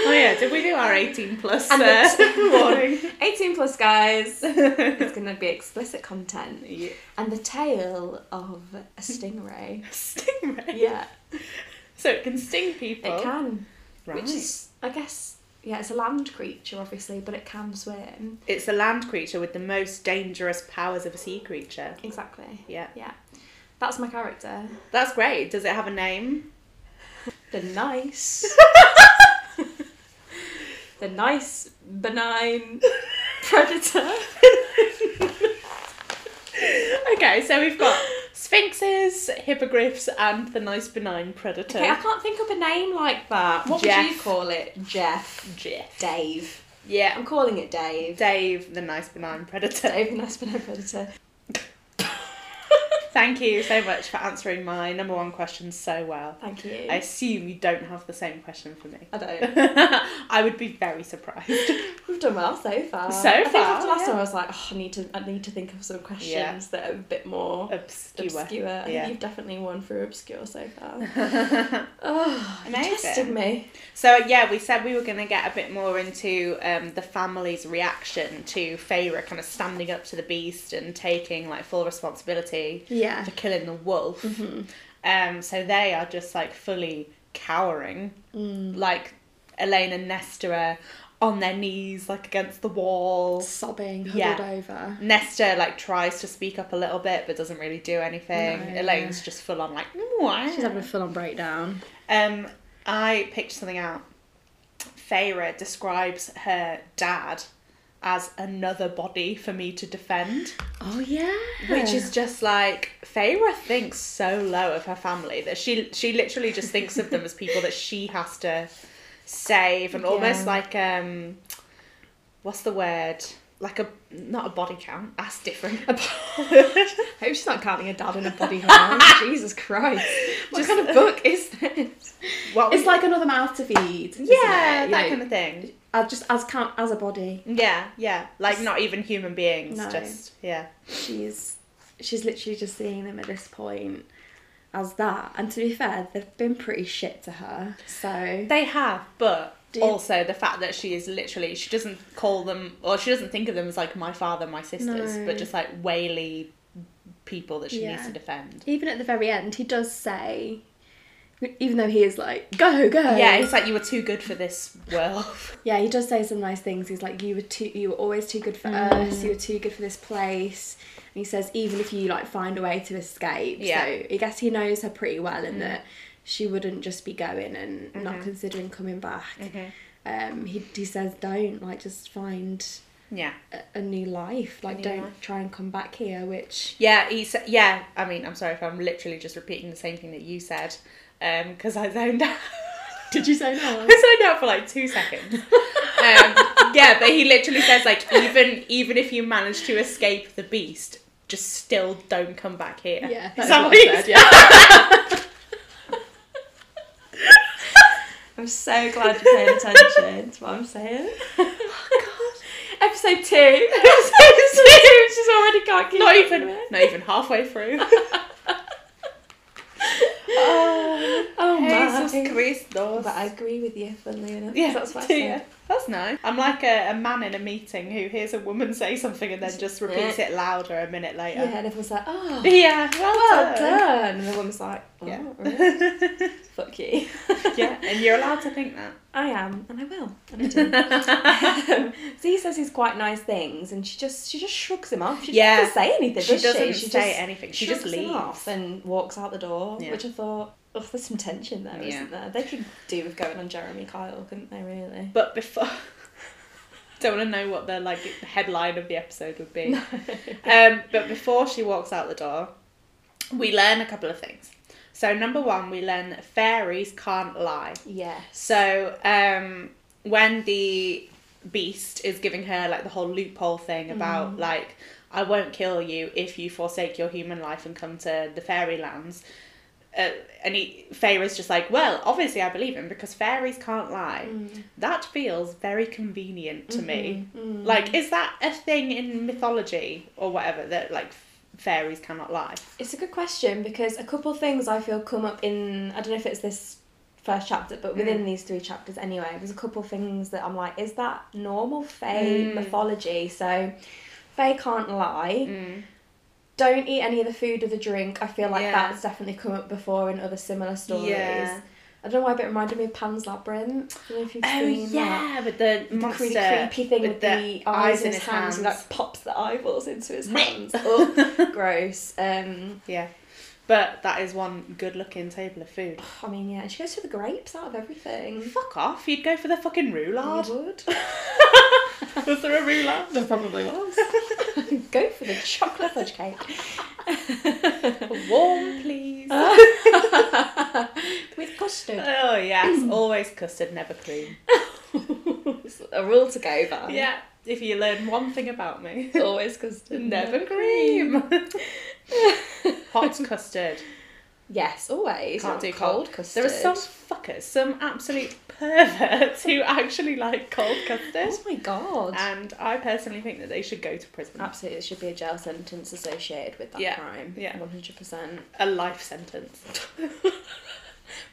Speaker 1: Oh, yeah. Did we do our 18 plus
Speaker 2: And
Speaker 1: uh, warning?
Speaker 2: 18 plus guys. It's going to be explicit content.
Speaker 1: Yeah.
Speaker 2: And the tail of a stingray.
Speaker 1: Stingray.
Speaker 2: yeah,
Speaker 1: So it can sting people.
Speaker 2: it can.
Speaker 1: Right.
Speaker 2: Which is, I guess, yeah, it's a land creature, obviously, but it can swim.
Speaker 1: It's a land creature with the most dangerous powers of a sea creature.
Speaker 2: Exactly.
Speaker 1: Yeah.
Speaker 2: Yeah. That's my character.
Speaker 1: That's great. Does it have a name?
Speaker 2: The nice. the nice, benign predator.
Speaker 1: Okay, so we've got sphinxes, hippogriffs, and the nice benign predator.
Speaker 2: Okay, I can't think of a name like that. What would you
Speaker 1: Jeff.
Speaker 2: call it? Jeff.
Speaker 1: Jeff.
Speaker 2: Dave.
Speaker 1: Yeah.
Speaker 2: I'm calling it Dave.
Speaker 1: Dave, the nice benign predator.
Speaker 2: Dave the nice benign predator.
Speaker 1: Thank you so much for answering my number one question so well.
Speaker 2: Thank you.
Speaker 1: I assume you don't have the same question for me.
Speaker 2: I don't.
Speaker 1: I would be very surprised.
Speaker 2: We've done well so far.
Speaker 1: So
Speaker 2: I think
Speaker 1: far,
Speaker 2: after last
Speaker 1: yeah.
Speaker 2: time I was like, oh, I need to, I need to think of some questions
Speaker 1: Yeah.
Speaker 2: that are a bit more
Speaker 1: Obscure.
Speaker 2: obscure.
Speaker 1: Yeah.
Speaker 2: I think you've definitely won for obscure so far. oh, you
Speaker 1: Amazing.
Speaker 2: tested me.
Speaker 1: So yeah, we said we were going to get a bit more into um, the family's reaction to Feyre kind of standing up to the beast and taking like full responsibility
Speaker 2: Yeah.
Speaker 1: for killing the wolf. Um, so they are just like fully cowering, like Elaine and Nestor on their knees, like against the wall.
Speaker 2: Sobbing,
Speaker 1: Yeah.
Speaker 2: over.
Speaker 1: Nesta like tries to speak up a little bit but doesn't really do anything.
Speaker 2: No.
Speaker 1: Elaine's just full on like "Mwah."
Speaker 2: a full on breakdown.
Speaker 1: Um, I picked something out. Feyre describes her dad as another body for me to defend,
Speaker 2: Oh, yeah.
Speaker 1: which is just like Feyre thinks so low of her family that she she literally just thinks of them as people that she has to save and almost
Speaker 2: Yeah.
Speaker 1: like um, what's the word? Like a not a body count. That's different.
Speaker 2: I hope she's not counting her dad in a body harm. Jesus Christ. What
Speaker 1: Just-
Speaker 2: kind of book is this?
Speaker 1: What
Speaker 2: It's like another mouth to feed. isn't
Speaker 1: yeah,
Speaker 2: it?
Speaker 1: that
Speaker 2: You know,
Speaker 1: kind of thing.
Speaker 2: uh, just as count as a body.
Speaker 1: Yeah, yeah. Like not even human beings.
Speaker 2: No.
Speaker 1: Just yeah.
Speaker 2: She's she's literally just seeing them at this point as that. And to be fair, they've been pretty shit to her. So
Speaker 1: They have, but
Speaker 2: Do you-
Speaker 1: also the fact that she is literally she doesn't call them or she doesn't think of them as like my father, my sisters,
Speaker 2: No.
Speaker 1: but just like Whaley people that she
Speaker 2: Yeah.
Speaker 1: needs to defend.
Speaker 2: even at the very end, he does say
Speaker 3: even though he is like, go, go.
Speaker 2: Oh.
Speaker 1: Yeah, it's like you were too good for this world.
Speaker 3: Yeah, he does say some nice things. He's like, "You were too, you were always too good for
Speaker 1: Mm.
Speaker 3: us. You were too good for this place." And he says, "Even if you like find a way to escape."
Speaker 1: Yeah. Mm.
Speaker 3: So I guess he knows her pretty well, in that she wouldn't just be going and
Speaker 1: Mm-hmm.
Speaker 3: not considering coming back.
Speaker 1: Mm.
Speaker 3: Um, he he says, "Don't like just find
Speaker 1: yeah.
Speaker 3: a, a new life. Like
Speaker 1: new
Speaker 3: don't
Speaker 1: life.
Speaker 3: try and come back here." Which
Speaker 1: Yeah, he said, yeah, I mean, I'm sorry if I'm literally just repeating the same thing that you said, because I zoned out.
Speaker 3: did you say no?
Speaker 1: I zoned out for like two seconds. Um, yeah, but he literally says, like, even even if you manage to escape the beast, just still don't come back here.
Speaker 3: Yeah, that's
Speaker 1: Is that
Speaker 3: what
Speaker 1: what he
Speaker 3: I said.
Speaker 1: said?
Speaker 3: Yeah.
Speaker 2: I'm so glad you're paying attention to what I'm saying. Episode two. Episode two. She's already can't keep
Speaker 1: not
Speaker 2: up
Speaker 1: even
Speaker 2: with it.
Speaker 1: not even halfway through.
Speaker 2: Oh, oh
Speaker 1: Jesus
Speaker 2: man.
Speaker 1: Christos.
Speaker 2: But I agree with you, funnily enough. 'cause
Speaker 1: Yeah,
Speaker 2: that's what I
Speaker 1: do
Speaker 2: said.
Speaker 1: ya? That's nice. I'm like a, a man in a meeting who hears a woman say something and then just repeats it louder a minute
Speaker 2: Yeah,
Speaker 1: later.
Speaker 2: and everyone's like, oh,
Speaker 1: Yeah, well,
Speaker 2: well
Speaker 1: done.
Speaker 2: done. And the woman's like, oh,
Speaker 1: Yeah.
Speaker 2: really? fuck you.
Speaker 1: yeah, and you're allowed to think that.
Speaker 2: I am, and I will, and I do. um, so he says these quite nice things, and she just she just shrugs him off. She
Speaker 1: Yeah.
Speaker 2: doesn't say anything.
Speaker 1: She
Speaker 2: does
Speaker 1: doesn't
Speaker 2: she?
Speaker 1: say
Speaker 2: just
Speaker 1: anything. She just
Speaker 2: shrugs him
Speaker 1: leaves.
Speaker 2: off and walks out the door,
Speaker 1: Yeah.
Speaker 2: which I thought, oh, there's some tension there,
Speaker 1: Yeah.
Speaker 2: not there? They could do with going on Jeremy Kyle, couldn't they? Really?
Speaker 1: But before, don't want to know what the like headline of the episode would be. um, but before she walks out the door, we learn a couple of things. So number one, we learn that fairies can't lie.
Speaker 2: Yes.
Speaker 1: So um, when the beast is giving her like the whole loophole thing about like I won't kill you if you forsake your human life and come to the fairy lands. Uh, and he, Feyre's just like, well, obviously I believe him because fairies can't lie.
Speaker 2: Mm. Mm-hmm.
Speaker 1: That feels very convenient to me.
Speaker 2: Mm-hmm.
Speaker 1: Like, is that a thing in mythology or whatever that like f- fairies cannot lie?
Speaker 2: It's a good question because a couple things I feel come up in I don't know if it's this first chapter,
Speaker 1: Mm.
Speaker 2: but within these three chapters anyway, there's a couple things that I'm like, is that normal Fae
Speaker 1: Mm.
Speaker 2: mythology? So Fae can't lie.
Speaker 1: Mm.
Speaker 2: Don't eat any of the food or the drink. I feel like
Speaker 1: Yeah.
Speaker 2: that's definitely come up before in other similar stories.
Speaker 1: Yeah.
Speaker 2: I don't know why, but it reminded me of Pan's Labyrinth. I don't know if you've
Speaker 1: Oh
Speaker 2: seen that.
Speaker 1: yeah, with the
Speaker 2: The
Speaker 1: monster,
Speaker 2: creepy, creepy thing with, the, eyes in his, hands, and
Speaker 1: hands.
Speaker 2: like pops the eyeballs into his
Speaker 1: Blech.
Speaker 2: hands. oh, gross. Um,
Speaker 1: Yeah. But that is one good looking table of food.
Speaker 2: I mean, yeah, she goes for the grapes out of everything.
Speaker 1: Fuck off, you'd go for the fucking roulade.
Speaker 2: You would. Mm.
Speaker 1: Was there a roulade?
Speaker 3: There probably was.
Speaker 2: Go for the chocolate fudge cake.
Speaker 1: Warm, please.
Speaker 2: Uh. With custard.
Speaker 1: oh, yes, always custard, never cream.
Speaker 2: It's a rule to go by.
Speaker 1: Yeah, if you learn one thing about me,
Speaker 2: Always custard.
Speaker 1: never cream. Hot custard.
Speaker 2: Yes, always.
Speaker 1: Can't
Speaker 2: Not
Speaker 1: do
Speaker 2: cold
Speaker 1: cold.
Speaker 2: custard.
Speaker 1: There are some fuckers, some absolute perverts who actually like cold custard.
Speaker 2: Oh my god.
Speaker 1: And I personally think that they should go to prison.
Speaker 2: Absolutely, there should be a jail sentence associated with that
Speaker 1: Yeah,
Speaker 2: crime.
Speaker 1: yeah.
Speaker 2: 100%.
Speaker 1: A life sentence.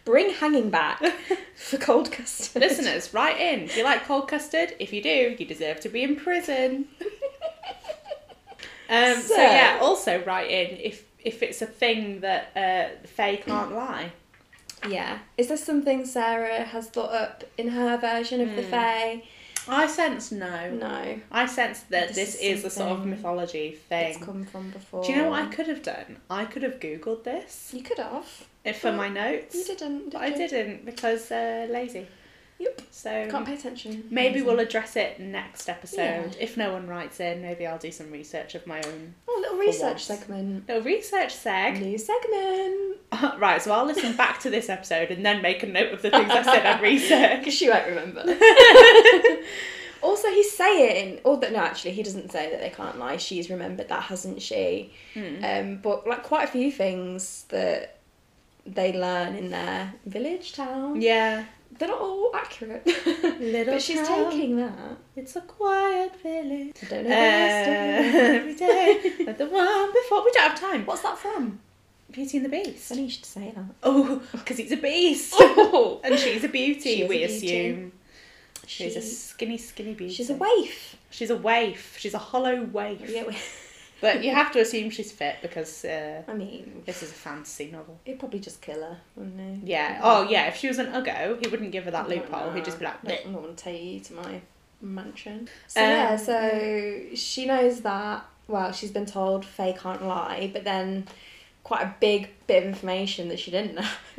Speaker 2: Bring hanging back for cold custard.
Speaker 1: Listeners, write in. Do you like cold custard? If you do, you deserve to be in prison. Um, so,
Speaker 2: So-
Speaker 1: yeah, also write in if if it's a thing that uh, Faye can't lie.
Speaker 2: Yeah. Is this something Sarah has thought up in her version of the
Speaker 1: Hmm.
Speaker 2: Fae?
Speaker 1: I sense no.
Speaker 2: No.
Speaker 1: I sense that
Speaker 2: This
Speaker 1: this,
Speaker 2: is
Speaker 1: is, a sort of
Speaker 2: something
Speaker 1: mythology
Speaker 2: It's
Speaker 1: thing.
Speaker 2: come from before.
Speaker 1: Do you know what I could have done? I could have googled this
Speaker 2: You could have.
Speaker 1: if for my notes.
Speaker 2: You didn't. Did
Speaker 1: But I
Speaker 2: you?
Speaker 1: didn't because uh, lazy.
Speaker 2: Yep. Can't
Speaker 1: So
Speaker 2: pay attention.
Speaker 1: maybe
Speaker 2: Amazing.
Speaker 1: we'll address it next episode.
Speaker 2: Yeah.
Speaker 1: If no one writes in, maybe I'll do some research of my own.
Speaker 2: Oh, a little research
Speaker 1: once.
Speaker 2: segment.
Speaker 1: Little research seg.
Speaker 2: New segment.
Speaker 1: Right, so I'll listen back to this episode and then make a note of the things I said at research.
Speaker 2: Because she won't remember. also, he's saying, or that no, actually, he doesn't say that they can't lie. She's remembered that, hasn't she?
Speaker 1: Hmm.
Speaker 2: Um, but like quite a few things that they learn in their village town.
Speaker 1: Yeah.
Speaker 2: They're not all accurate.
Speaker 1: Little
Speaker 2: but she's
Speaker 1: town.
Speaker 2: taking that.
Speaker 1: It's a quiet village.
Speaker 2: I don't
Speaker 1: Uh,
Speaker 2: know. the rest of it.
Speaker 1: every day. like the one before. We don't have time.
Speaker 2: What's that from?
Speaker 1: Beauty and the Beast.
Speaker 2: Funny you should say that.
Speaker 1: Oh, because he's a beast.
Speaker 2: Oh,
Speaker 1: and she's a beauty,
Speaker 2: She is
Speaker 1: we
Speaker 2: a beauty.
Speaker 1: assume.
Speaker 2: she's
Speaker 1: She's a skinny, skinny beauty.
Speaker 2: she's a waif.
Speaker 1: She's a waif. She's a hollow waif.
Speaker 2: Yeah, we-
Speaker 1: But you have to assume she's fit because uh,
Speaker 2: I mean,
Speaker 1: this is a fantasy novel.
Speaker 2: it'd probably just kill her, wouldn't it?
Speaker 1: Yeah. Oh, yeah. If she was an Uggo, he wouldn't give her that loophole. He'd just be like,
Speaker 2: I
Speaker 1: "Bleh."
Speaker 2: don't want to take you to my mansion. So
Speaker 1: Um,
Speaker 2: yeah, so she knows that. Well, she's been told Faye can't lie, but then quite a big bit of information that she didn't know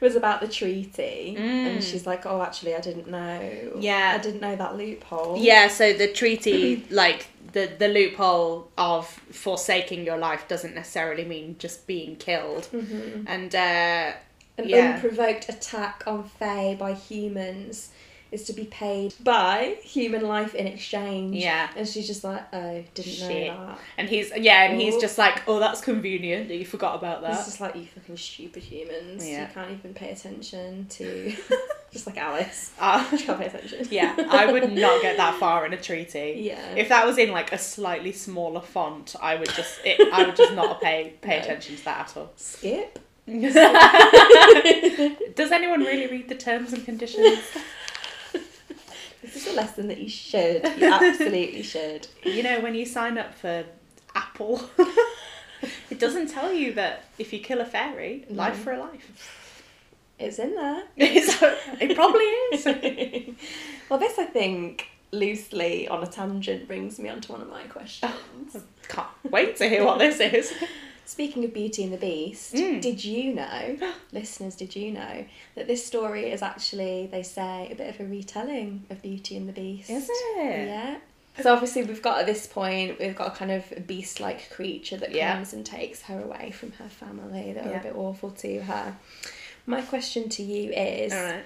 Speaker 2: was about the treaty, and
Speaker 1: Mm-hmm. Mm.
Speaker 2: she's like, "Oh, actually, I didn't know.
Speaker 1: Yeah.
Speaker 2: I didn't know that loophole."
Speaker 1: yeah. So the treaty, like the the loophole of forsaking your life, doesn't necessarily mean just being killed.
Speaker 2: Mhm.
Speaker 1: And uh,
Speaker 2: An
Speaker 1: Yeah.
Speaker 2: unprovoked attack on Faye by humans is to be paid by human life in exchange.
Speaker 1: yeah,
Speaker 2: And she's just like, oh, didn't
Speaker 1: Shit.
Speaker 2: know that.
Speaker 1: and he's yeah, and he's
Speaker 2: Ooh.
Speaker 1: just like, oh, that's convenient that you forgot about
Speaker 2: It's
Speaker 1: that.
Speaker 2: just like you fucking stupid humans.
Speaker 1: Yeah.
Speaker 2: You can't even pay attention to. just like Alice,
Speaker 1: Uh,
Speaker 2: you can't pay attention.
Speaker 1: yeah, I would not get that far in a treaty.
Speaker 2: Yeah.
Speaker 1: If that was in like a slightly smaller font, I would just it, I would just not pay pay
Speaker 2: No.
Speaker 1: attention to that at all.
Speaker 2: Skip.
Speaker 1: Does anyone really read the terms and conditions?
Speaker 2: This is a lesson that you should. You absolutely should.
Speaker 1: You know, when you sign up for Apple, it doesn't tell you that if you kill a fairy, life
Speaker 2: No.
Speaker 1: for a life.
Speaker 2: It's in there.
Speaker 1: So, it probably is.
Speaker 2: well, this I think loosely on a tangent brings me onto one of my questions.
Speaker 1: Can't wait to hear what this is.
Speaker 2: Speaking of Beauty and the Beast,
Speaker 1: Mm.
Speaker 2: did you know, listeners, did you know that this story is actually, they say, a bit of a retelling of Beauty and the Beast? Yeah. So obviously we've got at this point we've got a kind of beast-like creature that
Speaker 1: Yeah.
Speaker 2: comes and takes her away from her family that are
Speaker 1: Yeah.
Speaker 2: a bit awful to her. My question to you is:
Speaker 1: All right.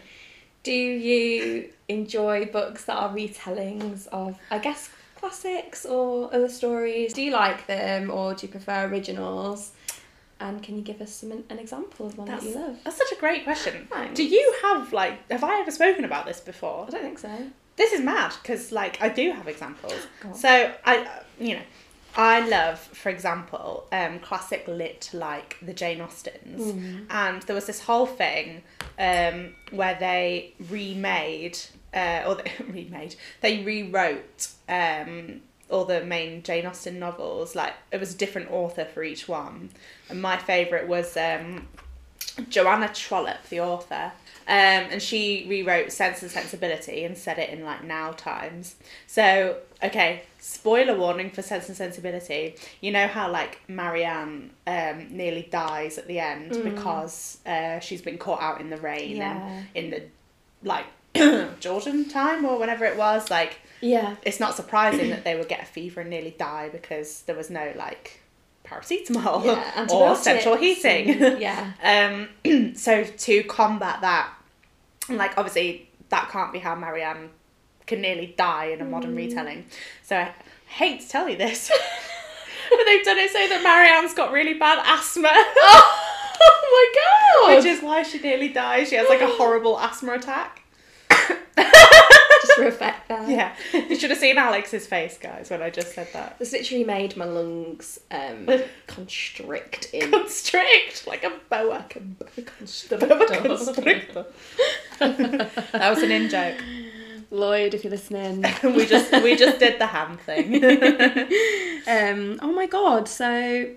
Speaker 2: Do you enjoy books that are retellings of, I guess, classics or other stories? Do you like them or do you prefer originals? And can you give us some an example of one that you love?
Speaker 1: That's such a great question.
Speaker 2: Thanks.
Speaker 1: Do you have like have I ever spoken about this before?
Speaker 2: I don't think so.
Speaker 1: This is mad because like I do have examples.
Speaker 2: Go on.
Speaker 1: So I you know I love, for example, um, classic lit like the Jane Austens,
Speaker 2: Mm.
Speaker 1: and there was this whole thing um, where they remade uh, or they remade they rewrote um, all the main Jane Austen novels. Like it was a different author for each one, and my favourite was um, Joanna Trollope, the author, um, and she rewrote Sense and Sensibility and said it in like now times. So, okay, spoiler warning for Sense and Sensibility. You know how like Marianne um, nearly dies at the end because uh, she's been caught out in the rain
Speaker 2: Yeah.
Speaker 1: and in the like Georgian time or whenever it was. Like,
Speaker 2: Yeah.
Speaker 1: it's not surprising that they would get a fever and nearly die because there was no like paracetamol
Speaker 2: yeah.
Speaker 1: or central
Speaker 2: antibiotics
Speaker 1: heating.
Speaker 2: and- yeah.
Speaker 1: Um, so to combat that, and, like obviously that can't be how Marianne can nearly die in a modern retelling. So I hate to tell you this, but they've done it so that Marianne's got really bad asthma.
Speaker 2: Oh my god!
Speaker 1: Which is why she nearly dies. She has like a horrible asthma attack.
Speaker 2: just reflect that.
Speaker 1: Yeah. You should have seen Alex's face, guys, when I just said that.
Speaker 2: This literally made my lungs um, constrict in
Speaker 1: Constrict, like a boa. Boa constrictor. that was an in joke.
Speaker 2: Lloyd, if you're listening.
Speaker 1: we just we just did the ham thing.
Speaker 2: um, oh my god, so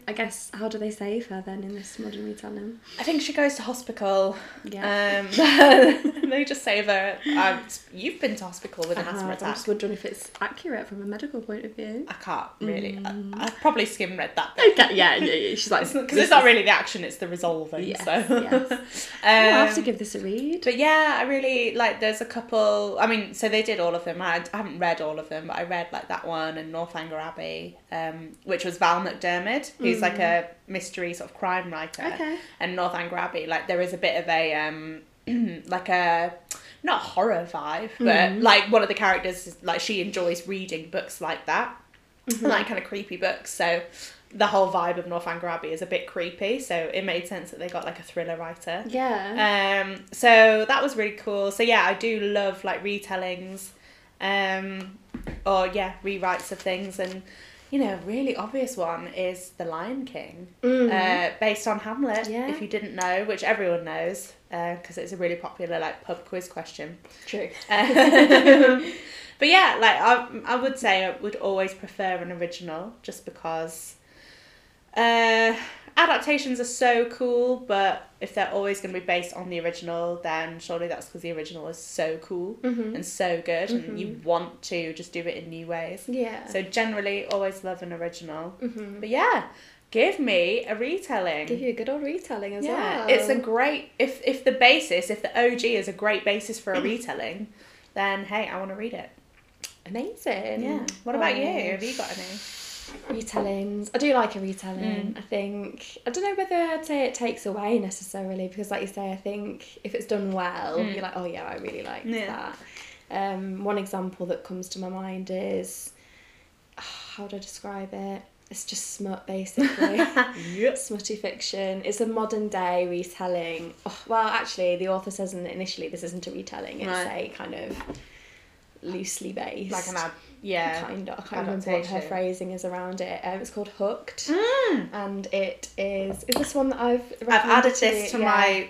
Speaker 2: I guess how do they save her then in this modern retelling?
Speaker 1: I think she goes to hospital.
Speaker 2: Yeah.
Speaker 1: Um, they just say that um, you've been to hospital with an
Speaker 2: Uh-huh,
Speaker 1: asthma
Speaker 2: I'm
Speaker 1: attack.
Speaker 2: just wondering if it's accurate from a medical point of view.
Speaker 1: I can't really.
Speaker 2: Mm.
Speaker 1: I, I've probably skim read that bit.
Speaker 2: Okay, yeah, yeah, yeah. She's like,
Speaker 1: Because it's not really the action, it's the resolving.
Speaker 2: Yes,
Speaker 1: so,
Speaker 2: yes.
Speaker 1: um,
Speaker 2: I'll oh, have to give this a read.
Speaker 1: but yeah, I really like. There's a couple. I mean, so they did all of them. I, I haven't read all of them, but I read like that one and Northanger Abbey, um, which was Val McDermid, who's like a mystery sort of crime writer.
Speaker 2: Mm. Okay.
Speaker 1: and Northanger Abbey, like there is a bit of a um like a not horror vibe, but like one of the characters is, like she enjoys reading books like that. Like kind of creepy books. So the whole vibe of Northanger Abbey is a bit creepy, so it made sense that they got like a thriller writer.
Speaker 2: Yeah.
Speaker 1: Um so that was really cool. So yeah, I do love like retellings um or yeah, rewrites of things and You know, a really obvious one is The Lion King,
Speaker 2: Mm.
Speaker 1: uh, based on Hamlet.
Speaker 2: Yeah.
Speaker 1: If you didn't know, which everyone knows, because it's a really popular like pub quiz question.
Speaker 2: True.
Speaker 1: Um, but yeah, like I, I would say I would always prefer an original just because uh, adaptations are so cool, but if they're always going to be based on the original, then surely that's because the original is so cool
Speaker 2: Mm-hmm.
Speaker 1: and so good and you want to just do it in new ways.
Speaker 2: Yeah.
Speaker 1: So generally, always love an original.
Speaker 2: mm-hmm.
Speaker 1: But yeah, give me a retelling.
Speaker 2: Give you a good old retelling as
Speaker 1: Yeah,
Speaker 2: well.
Speaker 1: it's a great if if the basis if the OG is a great basis for a retelling, then hey, I want to read it.
Speaker 2: amazing.
Speaker 1: yeah. What about you?
Speaker 2: Oh.
Speaker 1: Have you got any?
Speaker 2: retellings. I do like a retelling.
Speaker 1: Mm.
Speaker 2: I think I don't know whether I'd say it takes away necessarily because, like you say, I think if it's done well,
Speaker 1: Mm.
Speaker 2: you're like, oh yeah, I really like
Speaker 1: Yeah.
Speaker 2: that. Um, one example that comes to my mind is how would I describe it? It's just smut basically.
Speaker 1: Yes.
Speaker 2: Smutty fiction. It's a modern day retelling. Oh, well, actually, the author says in- initially this isn't a retelling. It's
Speaker 1: Right.
Speaker 2: a kind of loosely based
Speaker 1: Like an ad. Yeah.
Speaker 2: kind of. I can't remember what her
Speaker 1: Adaptation.
Speaker 2: phrasing is around it. Um, it's called Hooked,
Speaker 1: Mm.
Speaker 2: and it is. Is this one that I've?
Speaker 1: I've
Speaker 2: recommended
Speaker 1: added this
Speaker 2: you?
Speaker 1: to
Speaker 2: Yeah.
Speaker 1: my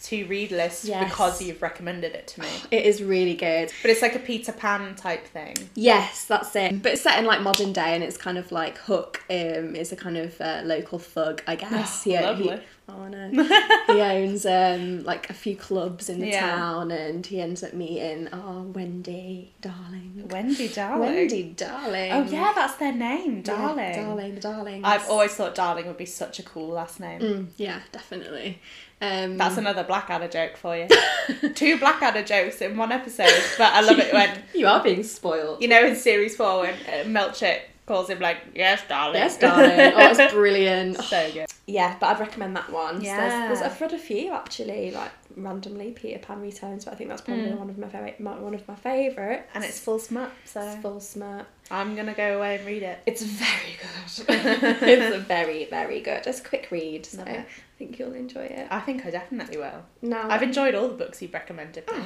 Speaker 1: to read list
Speaker 2: Yes.
Speaker 1: because you've recommended it to me.
Speaker 2: It is really good.
Speaker 1: But it's like a Peter Pan type thing.
Speaker 2: Yes, that's it. But it's set in like modern day, and it's kind of like Hook um, is a kind of uh, local thug, I guess.
Speaker 1: Oh,
Speaker 2: yeah,
Speaker 1: lovely.
Speaker 2: He, oh, I know. he owns um, like a few clubs in the
Speaker 1: Yeah.
Speaker 2: town, and he ends up meeting oh Wendy, darling.
Speaker 1: Wendy Darling.
Speaker 2: Wendy, darling.
Speaker 1: Oh yeah, that's their name,
Speaker 2: Yeah,
Speaker 1: Darling.
Speaker 2: darling, the darlings.
Speaker 1: I've always thought Darling would be such a cool last name.
Speaker 2: Mm, yeah, definitely. Um,
Speaker 1: That's
Speaker 4: Mm.
Speaker 1: another Blackadder joke for you. Two Blackadder jokes in one episode, but I love it when
Speaker 2: you are being spoiled.
Speaker 1: you know in series four when uh, Melchett calls him like, "Yes, darling."
Speaker 2: Yes, darling. Oh, that's brilliant.
Speaker 1: so good.
Speaker 4: Yeah, but I'd recommend that one. So there's-
Speaker 1: Yeah.
Speaker 4: there's, I've read a few actually, like randomly Peter Pan returns, but I think that's probably one of my favorite, one of my favorites.
Speaker 1: And it's full smut,
Speaker 4: It's
Speaker 1: so
Speaker 4: full smart.
Speaker 1: I'm gonna go away and read it.
Speaker 4: It's very good. it's a very very good. It's a quick read, so
Speaker 1: Love
Speaker 4: I
Speaker 1: it.
Speaker 4: think you'll enjoy it.
Speaker 1: I think I definitely will.
Speaker 4: Now
Speaker 1: I've enjoyed all the books you've recommended. me.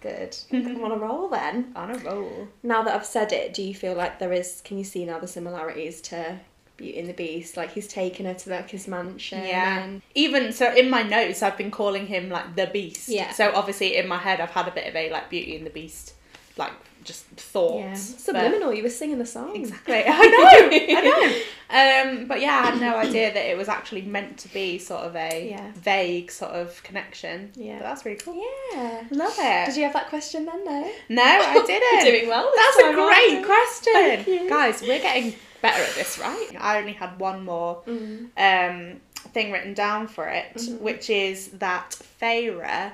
Speaker 4: good. I'm on a roll then.
Speaker 1: On a roll.
Speaker 4: Now that I've said it, do you feel like there is? Can you see now the similarities to Beauty and the Beast? Like he's taken her to like his mansion.
Speaker 1: Yeah.
Speaker 4: and-
Speaker 1: Even so, in my notes, I've been calling him like the Beast.
Speaker 4: Yeah.
Speaker 1: So obviously, in my head, I've had a bit of a like Beauty and the Beast, like just
Speaker 4: yeah.
Speaker 1: thoughts. but-
Speaker 4: Subliminal. You were singing the song.
Speaker 1: Exactly. I know. I know. Um, but yeah, I had no idea that it was actually meant to be sort of a
Speaker 4: Yeah.
Speaker 1: vague sort of connection.
Speaker 4: Yeah.
Speaker 1: But that's really cool.
Speaker 4: Yeah.
Speaker 1: Love it.
Speaker 4: Did you have that question then? No.
Speaker 1: No, I didn't.
Speaker 4: Doing well.
Speaker 1: That's
Speaker 4: this
Speaker 1: a
Speaker 4: time,
Speaker 1: great
Speaker 4: aren't we?
Speaker 1: question.
Speaker 4: Thank you.
Speaker 1: Guys, we're getting better at this, right? I only had one more
Speaker 2: Mm.
Speaker 1: um, thing written down for it, which is that Feyre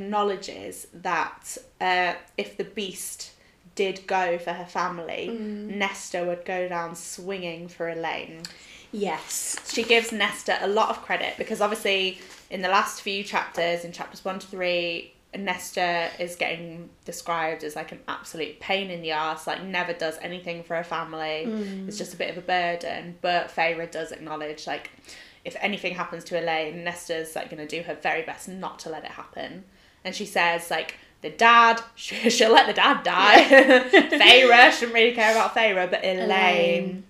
Speaker 1: acknowledges that uh, if the beast did go for her family, Nesta would go down swinging for Elaine
Speaker 2: Yes.
Speaker 1: she gives Nesta a lot of credit because obviously in the last few chapters, in chapters one to three, Nesta is getting described as like an absolute pain in the ass, like never does anything for her family. It's just a bit of a burden. But Feyre does acknowledge like if anything happens to Elaine, Nesta's like gonna do her very best not to let it happen. And she says like the dad, she'll let the dad die. Feyre shouldn't really care about Feyre, but Elaine.
Speaker 2: Elaine.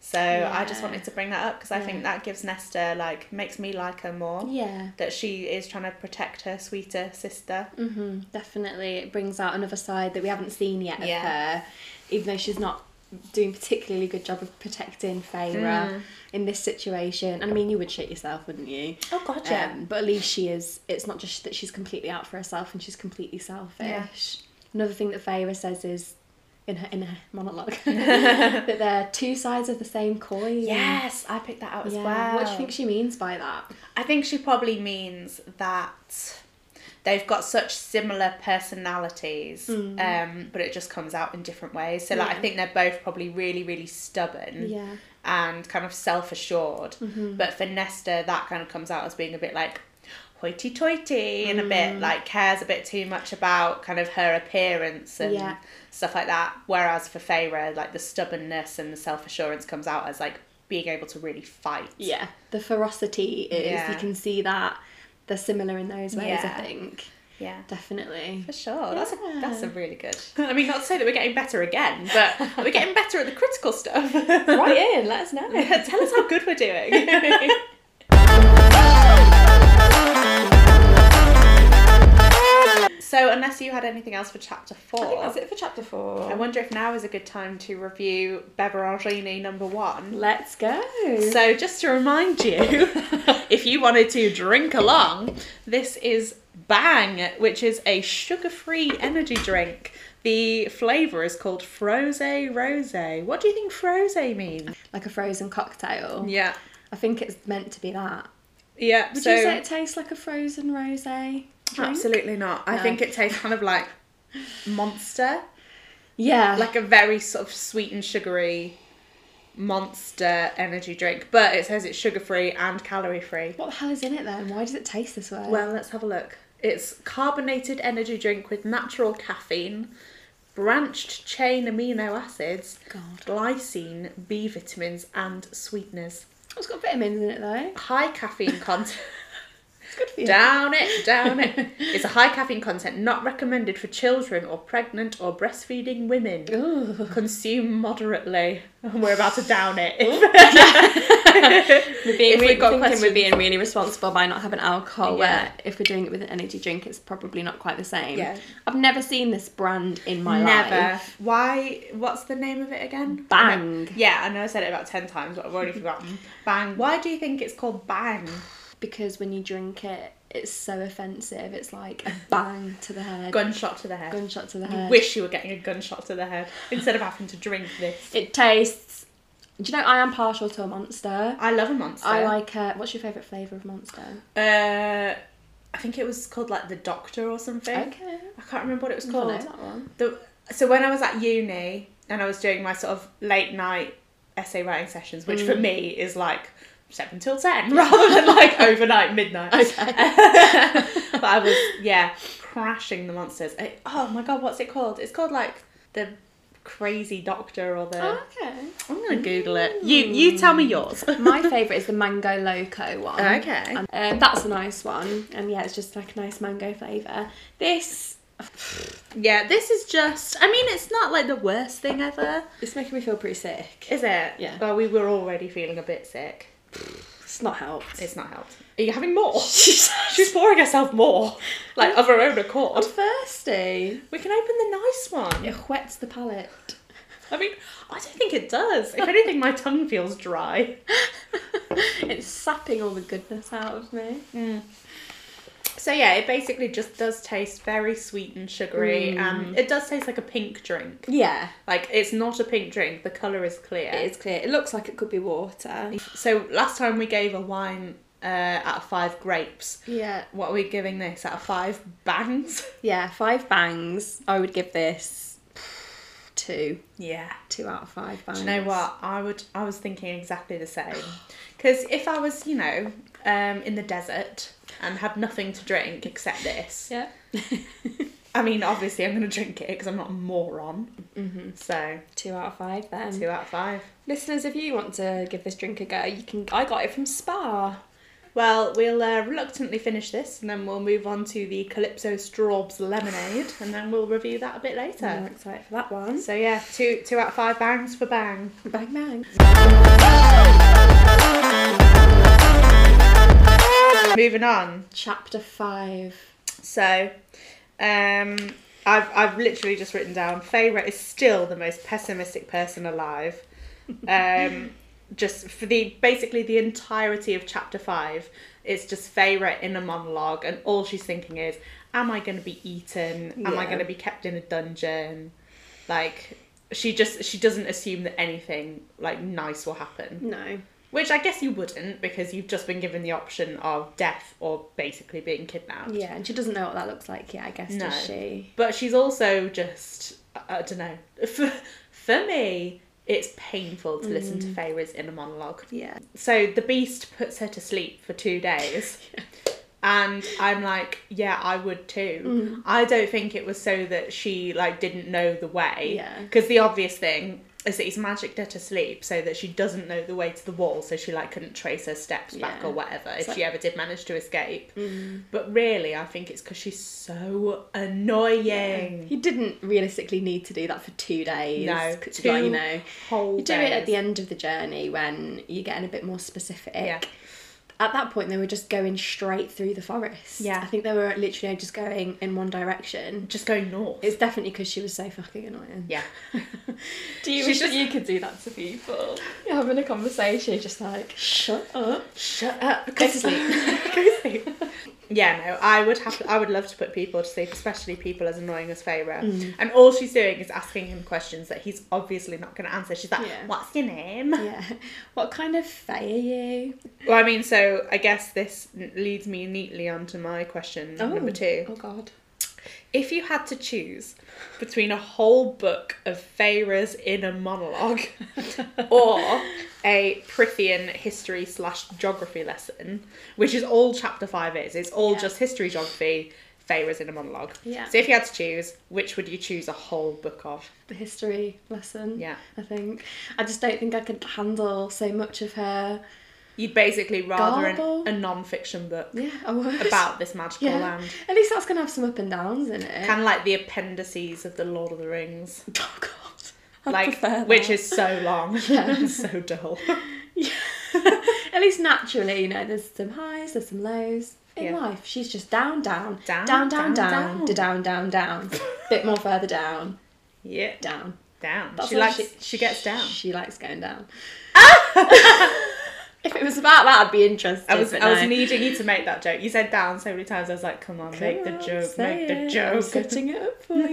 Speaker 1: So I just
Speaker 2: Yeah.
Speaker 1: wanted to bring that up because I think
Speaker 2: Yeah.
Speaker 1: that gives Nesta like makes me like her more.
Speaker 2: Yeah.
Speaker 1: That she is trying to protect her sweeter sister.
Speaker 2: hmm Definitely, it brings out another side that we haven't seen yet of
Speaker 1: Yeah.
Speaker 2: her, even though she's not doing particularly good job of protecting Feyre
Speaker 4: Mm.
Speaker 2: in this situation. And I mean, you would shit yourself, wouldn't you?
Speaker 1: Oh god,
Speaker 2: Um, but at least she is. It's not just that she's completely out for herself and she's completely selfish. Another thing that Feyre says is in her in her monologue that they're two sides of the same coin.
Speaker 1: Yes, I picked that out as
Speaker 2: Yeah.
Speaker 1: well.
Speaker 2: What do you think she means by that?
Speaker 1: I think she probably means that they've got such similar personalities, um, but it just comes out in different ways. So like I
Speaker 2: Mm. Yeah.
Speaker 1: think they're both probably really, really stubborn.
Speaker 2: Yeah.
Speaker 1: and kind of self assured. But for Nesta, that kind of comes out as being a bit like hoity toity and a bit like cares a bit too much about kind of her appearance and
Speaker 2: Yeah.
Speaker 1: stuff like that. Whereas for Feyre, like the stubbornness and the self assurance comes out as like being able to really fight.
Speaker 2: The ferocity is
Speaker 1: Yeah.
Speaker 2: you can see that they're similar in those ways,
Speaker 1: Yeah.
Speaker 2: I think.
Speaker 1: Yeah.
Speaker 2: definitely.
Speaker 1: For sure. That's a
Speaker 2: Yeah.
Speaker 1: that's a really good. I mean, not to say that we're getting better again, but we're getting better at the critical stuff.
Speaker 4: Right in, let us know.
Speaker 1: Tell us how good we're doing. so, unless you had anything else for chapter four,
Speaker 4: I think that's it for chapter four.
Speaker 1: I wonder if now is a good time to review Beverangini number one.
Speaker 2: Let's go.
Speaker 1: So, just to remind you, if you wanted to drink along, this is Bang, which is a sugar free energy drink. The flavour is called Froze Rose. What do you think Froze means?
Speaker 2: like a frozen cocktail.
Speaker 1: Yeah.
Speaker 2: I think it's meant to be that.
Speaker 1: Yeah.
Speaker 2: Would
Speaker 1: so,
Speaker 2: you say it tastes like a frozen rosé? drink?
Speaker 1: Absolutely not. I
Speaker 2: No.
Speaker 1: think it tastes kind of like monster,
Speaker 2: Yeah.
Speaker 1: like a very sort of sweet and sugary monster energy drink. But it says it's sugar free and calorie free.
Speaker 2: what the hell is in it then? Why does it taste this way?
Speaker 1: Well, let's have a look. It's carbonated energy drink with natural caffeine, branched chain amino acids,
Speaker 2: God.
Speaker 1: glycine, B vitamins, and sweeteners.
Speaker 2: it's got vitamins in it though.
Speaker 1: High caffeine content.
Speaker 2: It's good for you.
Speaker 1: Down it, down it. It's a high caffeine content not recommended for children or pregnant or breastfeeding women.
Speaker 2: Ooh.
Speaker 1: Consume moderately. And we're about to down it.
Speaker 2: We're being
Speaker 1: If we've
Speaker 2: really,
Speaker 1: got
Speaker 2: thinking
Speaker 1: questions-
Speaker 2: we're being really responsible by not having alcohol.
Speaker 1: Yeah.
Speaker 2: Where if we're doing it with an energy drink, it's probably not quite the same.
Speaker 1: Yeah.
Speaker 2: I've never seen this brand in my life.
Speaker 1: Never. Why? What's the name of it again?
Speaker 2: Bang.
Speaker 1: Yeah, I know I said it about 10 times, but I've already forgotten. Bang. Why do you think it's called Bang?
Speaker 2: Because when you drink it, it's so offensive. It's like a bang to the head,
Speaker 1: Gunshot to the head.
Speaker 2: gunshot to the
Speaker 1: You
Speaker 2: head.
Speaker 1: wish you were getting a gunshot to the head instead of having to drink this.
Speaker 2: It tastes. Do you know I am partial to a monster.
Speaker 1: I love a monster.
Speaker 2: I like. Uh, what's your favourite flavour of monster?
Speaker 1: Uh, I think it was called like the Doctor or something.
Speaker 2: Okay.
Speaker 1: I can't remember what it was
Speaker 2: I know
Speaker 1: called.
Speaker 2: that one.
Speaker 1: The, so when I was at uni and I was doing my sort of late night essay writing sessions, which for me is like seven till ten rather than like overnight midnight. but I was yeah crashing the monsters. I, oh my god, what's it called? It's called like the crazy doctor or the.
Speaker 2: okay.
Speaker 1: I'm gonna Google it. You you tell me yours.
Speaker 2: My favourite is the mango loco one.
Speaker 1: Okay.
Speaker 2: And, um, that's a nice one, and yeah, it's just like a nice mango flavour. This
Speaker 1: yeah, this is just. I mean, it's not like the worst thing ever,
Speaker 2: it's making me feel pretty sick.
Speaker 1: is it?
Speaker 2: Yeah.
Speaker 1: Well, we were already feeling a bit sick.
Speaker 2: It's not helped.
Speaker 1: It's not helped. Are you having more? She's pouring herself more, like of her own
Speaker 2: I'm
Speaker 1: accord.
Speaker 2: thirsty.
Speaker 1: We can open the nice one.
Speaker 2: It whets the palate.
Speaker 1: I mean, I don't think it does. If anything, my tongue feels dry.
Speaker 2: it's sapping all the goodness out of me.
Speaker 1: So yeah, it basically just does taste very sweet and sugary, and it does taste like a pink drink.
Speaker 2: Yeah,
Speaker 1: Like it's not a pink drink. The color is clear.
Speaker 2: it is clear. It looks like it could be water.
Speaker 1: So last time we gave a wine uh, out of five grapes.
Speaker 2: Yeah,
Speaker 1: What are we giving this out of five bangs?
Speaker 2: yeah. Five bangs. I would give this two,
Speaker 1: Yeah.
Speaker 2: two out of five bangs.
Speaker 1: Do you know what? I would. I was thinking exactly the same. Because if I was, you know, um, in the desert and had nothing to drink except this,
Speaker 2: Yeah.
Speaker 1: I mean, obviously I'm going to drink it because I'm not a moron. Mm-hmm. So
Speaker 2: Two out of five then.
Speaker 1: two out of five.
Speaker 2: Listeners, if you want to give this drink a go, you can. I got it from Spa.
Speaker 1: Well, we'll uh, reluctantly finish this and then we'll move on to the Calypso Straubs Lemonade and then we'll review that a bit later.
Speaker 2: I'm excited for that one.
Speaker 1: So yeah, two two out of five bangs for bang.
Speaker 2: Bang bang.
Speaker 1: Moving on.
Speaker 2: Chapter five.
Speaker 1: So, um, I've I've literally just written down Feyre is still the most pessimistic person alive. Um, just for the basically the entirety of chapter five, it's just Feyre in a monologue, and all she's thinking is, "Am I going to be eaten? Am I
Speaker 2: Yeah.
Speaker 1: going to be kept in a dungeon?" Like she just she doesn't assume that anything like nice will happen
Speaker 2: No.
Speaker 1: which i guess you wouldn't because you've just been given the option of death or basically being kidnapped
Speaker 2: Yeah, and she doesn't know what that looks like yet. I guess
Speaker 1: No.
Speaker 2: does she?
Speaker 1: But she's also just, I, I don't know. For, for me, it's painful to listen
Speaker 2: Mm.
Speaker 1: to Feyre's inner monologue.
Speaker 2: Yeah.
Speaker 1: So the beast puts her to sleep for two days. And I'm like, yeah, I would
Speaker 2: Mm.
Speaker 1: Mm. too. I don't think it was so that she like didn't know the way.
Speaker 2: Yeah.
Speaker 1: Because the obvious thing is that he's magicked her to sleep so that she doesn't know the way to the wall, so she like couldn't trace her steps back
Speaker 2: Yeah.
Speaker 1: or whatever if
Speaker 2: It's
Speaker 1: she ever did manage to escape.
Speaker 2: Mm.
Speaker 1: But really, I think it's because she's so annoying.
Speaker 2: He didn't realistically need to do that for two days.
Speaker 1: No,
Speaker 2: 'cause,
Speaker 1: two
Speaker 2: like, you know,
Speaker 1: Whole
Speaker 2: you do it at
Speaker 1: days.
Speaker 2: the end of the journey when you're getting a bit more specific.
Speaker 1: Yeah.
Speaker 2: At that point, they were just going straight through the forest.
Speaker 1: Yeah.
Speaker 2: I think they were literally just going in one direction.
Speaker 1: Just go north.
Speaker 2: It's definitely because she was so fucking annoying.
Speaker 1: yeah.
Speaker 4: Do you
Speaker 1: She
Speaker 4: wish that
Speaker 1: just-
Speaker 4: you could do that to people? You're having a conversation, you're just like, shut up.
Speaker 1: Shut up.
Speaker 2: Go to sleep.
Speaker 1: Yeah, no, I would have. I would love to put people to sleep, especially people as annoying as Feyre.
Speaker 2: Mm.
Speaker 1: And all she's doing is asking him questions that he's obviously not going to answer. She's like,
Speaker 2: Yeah.
Speaker 1: "What's your name?"
Speaker 2: yeah. What kind of fae are you?
Speaker 1: Well, I mean, so I guess this n- leads me neatly onto my question number two.
Speaker 2: Oh, God.
Speaker 1: If you had to choose between a whole book of Feyre's inner monologue or a Prithian history slash geography lesson, which is all chapter five is, it's all
Speaker 2: Yeah.
Speaker 1: just history, geography, Feyre's inner monologue.
Speaker 2: Yeah.
Speaker 1: So if you had to choose, which would you choose a whole book of?
Speaker 2: The history lesson.
Speaker 1: Yeah.
Speaker 2: I think. I just don't think I could handle so much of her.
Speaker 1: You'd basically rather an,
Speaker 2: Garble?
Speaker 1: a non-fiction book
Speaker 2: Yeah, I would.
Speaker 1: about this magical
Speaker 2: Yeah.
Speaker 1: land.
Speaker 2: At least that's gonna have some up and downs in it.
Speaker 1: Kind of like the appendices of the Lord of the Rings.
Speaker 2: oh god. I'd
Speaker 1: like
Speaker 2: prefer
Speaker 1: which
Speaker 2: that.
Speaker 1: is so long
Speaker 2: Yeah.
Speaker 1: and so dull.
Speaker 2: at least naturally, you know, there's some highs, there's some lows. In
Speaker 1: Yeah.
Speaker 2: life, she's just down, down,
Speaker 1: Down,
Speaker 2: down,
Speaker 1: down,
Speaker 2: down, down,
Speaker 1: down.
Speaker 2: da down, down, down. Bit more further down,
Speaker 1: Yeah,
Speaker 2: down.
Speaker 1: down.
Speaker 2: That's
Speaker 1: she
Speaker 2: all
Speaker 1: likes. She, gets down.
Speaker 2: She likes going down. if it was about that, I'd be interested.
Speaker 1: I was
Speaker 2: but
Speaker 1: I was
Speaker 2: no.
Speaker 1: needing you to make that joke. You said down so many times. I was like, come on, make the
Speaker 2: Come on,
Speaker 1: joke,
Speaker 2: say
Speaker 1: make the
Speaker 2: it.
Speaker 1: joke.
Speaker 2: I'm setting it up for you.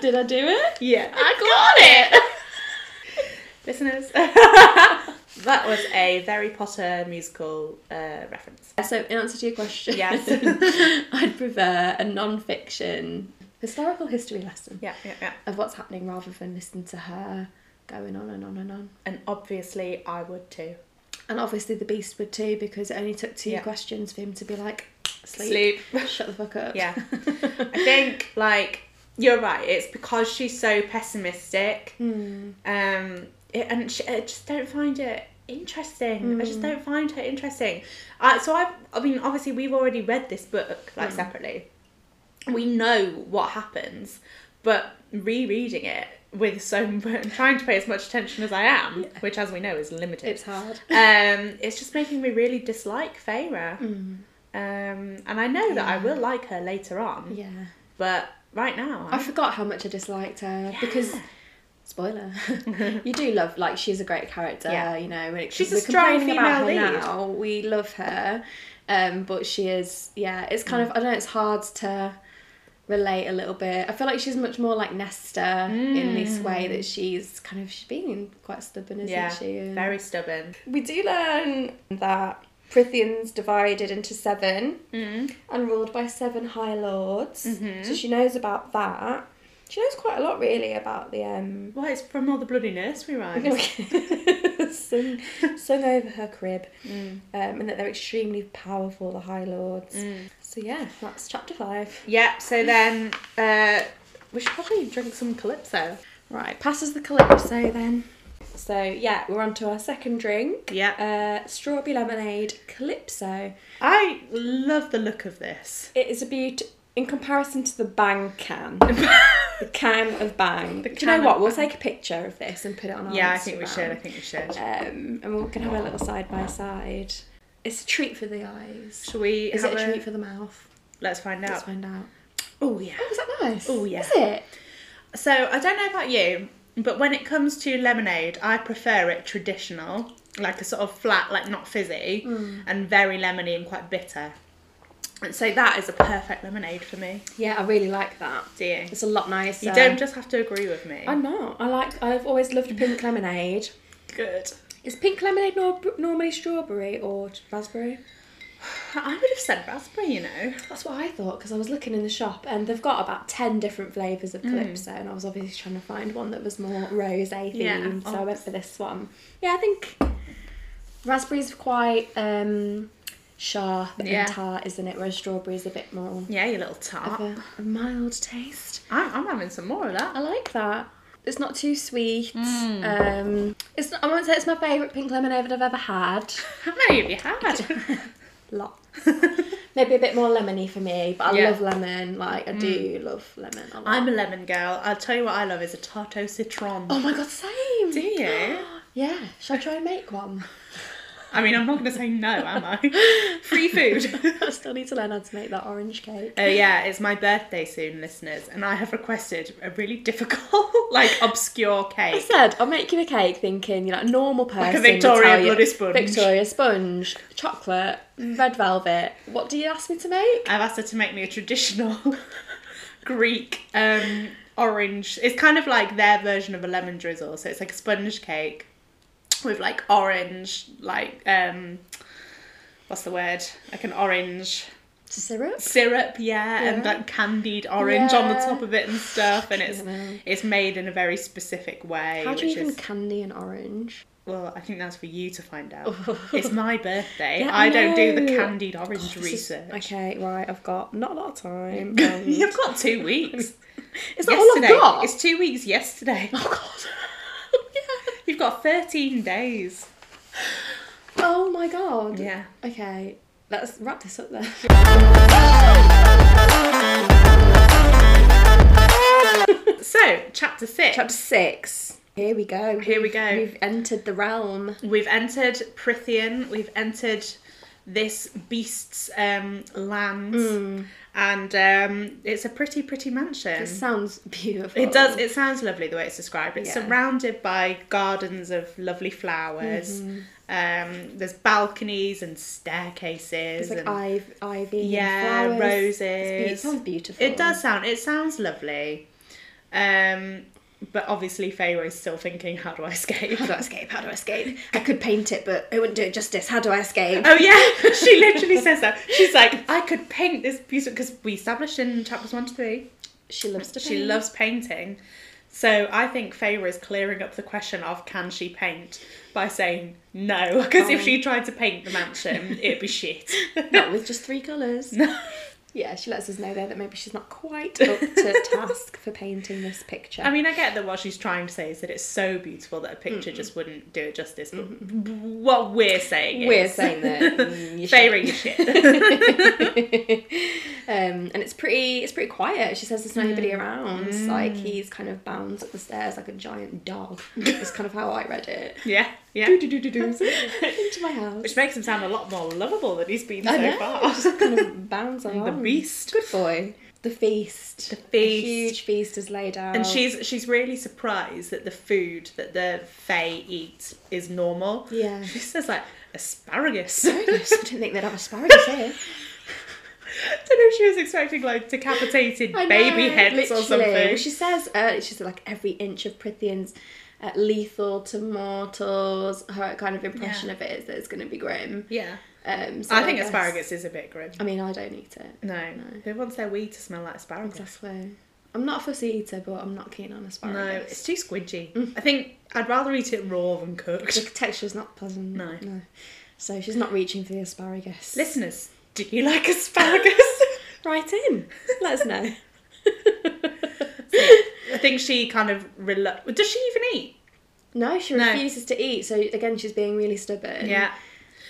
Speaker 2: Did I do it?
Speaker 1: yeah,
Speaker 2: I got it.
Speaker 1: listeners. that was a Harry Potter musical uh, reference.
Speaker 2: So, in answer to your question,
Speaker 1: Yes.
Speaker 2: I'd prefer a non-fiction historical history lesson
Speaker 1: Yeah, yeah, yeah.
Speaker 2: of what's happening rather than listen to her going on and on and on.
Speaker 1: And obviously, I would too.
Speaker 2: And obviously, the Beast would too because it only took two
Speaker 1: Yeah.
Speaker 2: questions for him to be like, sleep,
Speaker 1: Sleep.
Speaker 2: shut the fuck up.
Speaker 1: Yeah. I think like you're right. It's because she's so pessimistic.
Speaker 2: Hmm,
Speaker 1: Um, it, and she, I just don't find it interesting. I
Speaker 2: Hmm.
Speaker 1: just don't find her interesting. Uh, so I, I mean, obviously we've already read this book like
Speaker 2: Hmm.
Speaker 1: separately. We know what happens, but rereading it with so much, trying to pay as much attention as I am, which as we know is limited
Speaker 2: It's hard.
Speaker 1: um, it's just making me really dislike Feyre.
Speaker 2: Hmm,
Speaker 1: Um, and I know that I will like her later on,
Speaker 2: Yeah.
Speaker 1: but right now,
Speaker 2: I forgot how much I disliked her because
Speaker 1: Yeah.
Speaker 2: spoiler, you do love like she's a great character.
Speaker 1: Yeah.
Speaker 2: You know, when it,
Speaker 1: She's a
Speaker 2: we're
Speaker 1: strong
Speaker 2: complaining
Speaker 1: female
Speaker 2: about her
Speaker 1: lead.
Speaker 2: now. We love her, um, but she is yeah. It's kind
Speaker 1: Mm.
Speaker 2: of I don't know. It's hard to relate a little bit. I feel like she's much more like Nesta in this way that she's kind of she's being quite stubborn, isn't
Speaker 1: Mm. yeah,
Speaker 2: she? And-
Speaker 1: very stubborn.
Speaker 4: We do learn that Prithian's divided into seven and ruled by seven high lords. So she knows about that. She knows quite a lot, really, about the um,
Speaker 1: Well, it's from all the bloody nursery rhymes.
Speaker 4: sung, sung over her crib, um, and that they're extremely powerful, the High Lords. So yeah, that's chapter five.
Speaker 1: yep. So then, uh, we should probably drink some calypso.
Speaker 4: Right, passes the calypso then. So yeah, we're on to our second drink.
Speaker 1: Yeah,
Speaker 4: Uh, strawberry lemonade calypso.
Speaker 1: I love the look of this.
Speaker 4: It is a beaut in comparison to the bang can. the can of bang. Do you
Speaker 1: can
Speaker 4: know what?
Speaker 1: of
Speaker 4: We'll take a picture of this and put it
Speaker 2: Oh,
Speaker 4: on our
Speaker 1: Yeah, I think we
Speaker 4: Instagram.
Speaker 1: should. I think we should.
Speaker 4: Um, and we can have a little side by side.
Speaker 2: It's a treat for the eyes.
Speaker 1: Shall we?
Speaker 2: Is
Speaker 1: have
Speaker 2: it a treat for the mouth?
Speaker 1: Let's find
Speaker 2: Let's
Speaker 1: out.
Speaker 2: find out.
Speaker 1: Oh yeah.
Speaker 2: Oh, is that nice?
Speaker 1: Oh, yeah.
Speaker 2: Is it?
Speaker 1: So I don't know about you, but when it comes to lemonade, I prefer it traditional, like a sort of flat, like not fizzy, and very lemony and quite bitter. And so that is a perfect lemonade for me.
Speaker 2: Yeah, I really like that.
Speaker 1: Do you?
Speaker 2: It's a lot nicer.
Speaker 1: You don't just have to agree with me.
Speaker 4: I'm not. I like. I've always loved pink lemonade.
Speaker 1: good.
Speaker 4: Is pink lemonade nor- normally strawberry or raspberry?
Speaker 1: I would have said raspberry, you know.
Speaker 4: That's what I thought because I was looking in the shop and they've got about ten different flavors
Speaker 1: Hmm.
Speaker 4: of calypso, and I was obviously trying to find one that was more rose themed.
Speaker 1: Yeah.
Speaker 4: so I went for this one. Yeah, I think raspberries are quite um, sharp
Speaker 1: Yeah.
Speaker 4: and tart, isn't it? Whereas strawberries a bit more
Speaker 1: Yeah, you little
Speaker 4: of
Speaker 1: tart.
Speaker 4: a, a mild taste.
Speaker 1: I'm, I'm having some more of that.
Speaker 4: I like that.
Speaker 2: It's not too sweet.
Speaker 1: Mm.
Speaker 2: Um, it's not, I won't say it's my favourite pink lemonade I've ever had.
Speaker 1: How many have you had?
Speaker 2: Lot. Maybe a bit more lemony for me, but I
Speaker 1: Yeah. Hmm.
Speaker 2: love lemon. Like I do love lemon. a lot.
Speaker 1: I'm a lemon girl. I'll tell you what I love is a tarte citron.
Speaker 2: Oh my god, same.
Speaker 1: Do you?
Speaker 2: Yeah. Shall I try and make one?
Speaker 1: I mean, I'm not going to say no, am I? Free food.
Speaker 2: I still need to learn how to make that orange cake.
Speaker 1: Oh yeah, it's my birthday soon, listeners, and I have requested a really difficult, like obscure
Speaker 2: I
Speaker 1: cake.
Speaker 2: said I'll make you a cake, thinking you're like a normal person.
Speaker 1: a
Speaker 2: would
Speaker 1: Victoria
Speaker 2: tell you-
Speaker 1: bloody sponge.
Speaker 2: Victoria sponge, chocolate, red velvet. What do you ask me to make?
Speaker 1: I've asked her to make me a traditional Greek um, orange. It's kind of like their version of a lemon drizzle, so it's like a sponge cake with like orange, like um, what's the word? Like an orange
Speaker 2: Syrup.
Speaker 1: syrup, yeah, and
Speaker 2: Yeah.
Speaker 1: like candied orange on the
Speaker 2: Yeah.
Speaker 1: top of it and stuff, and it's.
Speaker 2: How
Speaker 1: It's made in a very specific way.
Speaker 2: do you
Speaker 1: which
Speaker 2: even
Speaker 1: is,
Speaker 2: candy an orange?
Speaker 1: Well, I think that's for you to find out. it's my birthday.
Speaker 2: Yeah,
Speaker 1: I don't do the
Speaker 2: no.
Speaker 1: candied orange
Speaker 2: This is-
Speaker 1: research.
Speaker 2: okay, right. I've got not a lot of time. Um, and-
Speaker 1: You've got two weeks.
Speaker 2: Is that all I've got?
Speaker 1: It's two weeks yesterday.
Speaker 2: Oh god. yeah.
Speaker 1: You've got 13 days.
Speaker 2: Oh my god.
Speaker 1: Yeah.
Speaker 2: Okay, let's wrap this up then.
Speaker 1: So, chapter six.
Speaker 2: Chapter six. Here we go.
Speaker 1: Here we go.
Speaker 2: We've entered the realm.
Speaker 1: We've entered Prithian. We've entered this beast's um, land.
Speaker 2: Mm.
Speaker 1: And um, it's a pretty, pretty mansion.
Speaker 2: It sounds beautiful.
Speaker 1: It does. It sounds lovely the way it's described. It's
Speaker 2: Yeah.
Speaker 1: surrounded by gardens of lovely flowers.
Speaker 2: Mm-hmm.
Speaker 1: Um, there's balconies and staircases.
Speaker 2: It's like
Speaker 1: and
Speaker 2: iv- ivy. and
Speaker 1: yeah,
Speaker 2: flowers.
Speaker 1: roses.
Speaker 2: It's be- it sounds beautiful.
Speaker 1: It does sound. It sounds lovely. Um, but obviously, Pharaoh's still thinking, "How do I escape?"
Speaker 2: How do I escape? How do I escape? I could paint it, but it wouldn't do it justice. How do I escape?
Speaker 1: Oh yeah, she literally says that. She's like, "I could paint this beautiful." Because we established in chapters one to three,
Speaker 2: She loves to
Speaker 1: She
Speaker 2: paint.
Speaker 1: loves painting. So I think Feyre is clearing up the question of can she paint by saying no, because if she tried to paint the mansion, it'd be shit.
Speaker 2: Not with just three colours.
Speaker 1: No.
Speaker 2: Yeah, she lets us know there that maybe she's not quite up to task for painting this picture.
Speaker 1: I mean, I get that what she's trying to say is that it's so beautiful that a picture just wouldn't do it justice. But what we're saying is
Speaker 2: We're saying that mm, you
Speaker 1: Feyre is shit.
Speaker 2: um, and it's pretty it's pretty quiet. She says there's nobody
Speaker 1: Hmm.
Speaker 2: around. It's Like he's kind of bounds up the stairs like a giant dog. It's kind of how I read it.
Speaker 1: yeah, yeah.
Speaker 2: Into my house.
Speaker 1: Which makes him sound a lot more lovable than he's been
Speaker 2: I
Speaker 1: so
Speaker 2: know,
Speaker 1: far.
Speaker 2: Just kind of bounds along.
Speaker 1: the beast.
Speaker 2: Good boy. The feast. The
Speaker 1: feast.
Speaker 2: huge feast is laid out.
Speaker 1: And she's she's really surprised that the food that the Fae eat is normal.
Speaker 2: Yeah.
Speaker 1: She says like asparagus. I don't know
Speaker 2: Asparagus. I didn't think they'd have asparagus here.
Speaker 1: if she was expecting like decapitated
Speaker 2: I
Speaker 1: baby
Speaker 2: know,
Speaker 1: heads or
Speaker 2: literally.
Speaker 1: something.
Speaker 2: She says, uh, she said, like, every inch of Prithian's uh, lethal to mortals. Her kind of impression
Speaker 1: Yeah.
Speaker 2: of it is that it's going to be grim.
Speaker 1: yeah.
Speaker 2: Um, so
Speaker 1: I think
Speaker 2: guess-
Speaker 1: asparagus is a bit grim.
Speaker 2: I mean, I don't eat it.
Speaker 1: No.
Speaker 2: No.
Speaker 1: Who wants their wee to smell like asparagus?
Speaker 2: That's why. I'm not a fussy eater, but I'm not keen on asparagus. Mm.
Speaker 1: No, it's too squidgy. I think I'd rather eat it raw than
Speaker 2: The
Speaker 1: cooked.
Speaker 2: texture's not pleasant.
Speaker 1: No.
Speaker 2: No. So she's not reaching for the asparagus.
Speaker 1: Listeners, do you like asparagus?
Speaker 2: Right in. Let us know.
Speaker 1: I think she kind of relu- does she even eat?
Speaker 2: no, she
Speaker 1: No.
Speaker 2: refuses to eat. So again, she's being really stubborn.
Speaker 1: Yeah.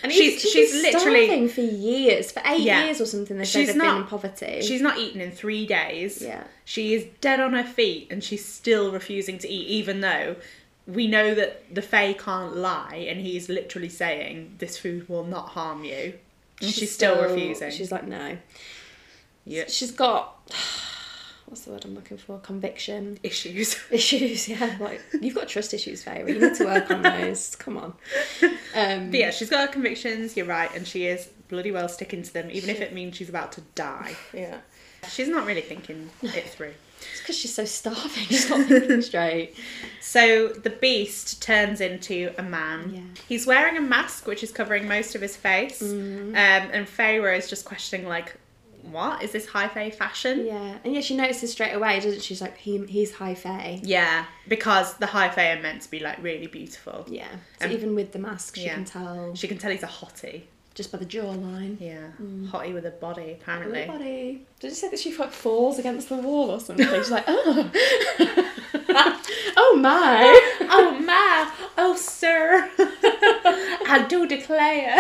Speaker 2: And
Speaker 1: She's-
Speaker 2: she's,
Speaker 1: she's
Speaker 2: she's,
Speaker 1: literally-
Speaker 2: literally starving for years, for eight
Speaker 1: Yeah.
Speaker 2: years or something. They
Speaker 1: She's
Speaker 2: say they've
Speaker 1: not-
Speaker 2: been in poverty.
Speaker 1: She's not eaten in three days.
Speaker 2: Yeah.
Speaker 1: She is dead on her feet and she's still refusing to eat, even though we know that the Fae can't lie and he is literally saying, This food will not harm you. And she's, still, refusing.
Speaker 2: She's like, no.
Speaker 1: yeah.
Speaker 2: She's got what's the word I'm looking for? Conviction
Speaker 1: Issues.
Speaker 2: issues. Yeah, like you've got trust issues, Fairy. You need to work on those. Come on. Um,
Speaker 1: But yeah, she's got her convictions, you're right, and she is bloody well sticking to them, even if it means she's about to die.
Speaker 2: yeah.
Speaker 1: She's not really thinking it through.
Speaker 2: It's because she's so starving. She's not thinking straight.
Speaker 1: So the beast turns into a man.
Speaker 2: Yeah.
Speaker 1: He's wearing a mask which is covering most of his face,
Speaker 2: Mm-hmm.
Speaker 1: um, and Feyre is just questioning like, "What is this high fae fashion?"
Speaker 2: Yeah, and yeah, she notices straight away, doesn't she? She's like, he, he's high fae.
Speaker 1: Yeah, because the high fae are meant to be like really beautiful.
Speaker 2: Yeah. So
Speaker 1: Um,
Speaker 2: even with the mask, she
Speaker 1: yeah.
Speaker 2: can tell
Speaker 1: She can tell he's a hottie.
Speaker 2: just by the jawline.
Speaker 1: Yeah, hottie with a body apparently.
Speaker 2: Everybody. Did you say that she like falls against the wall or something? She's like, oh. Oh my!
Speaker 1: oh my, oh sir, I do declare.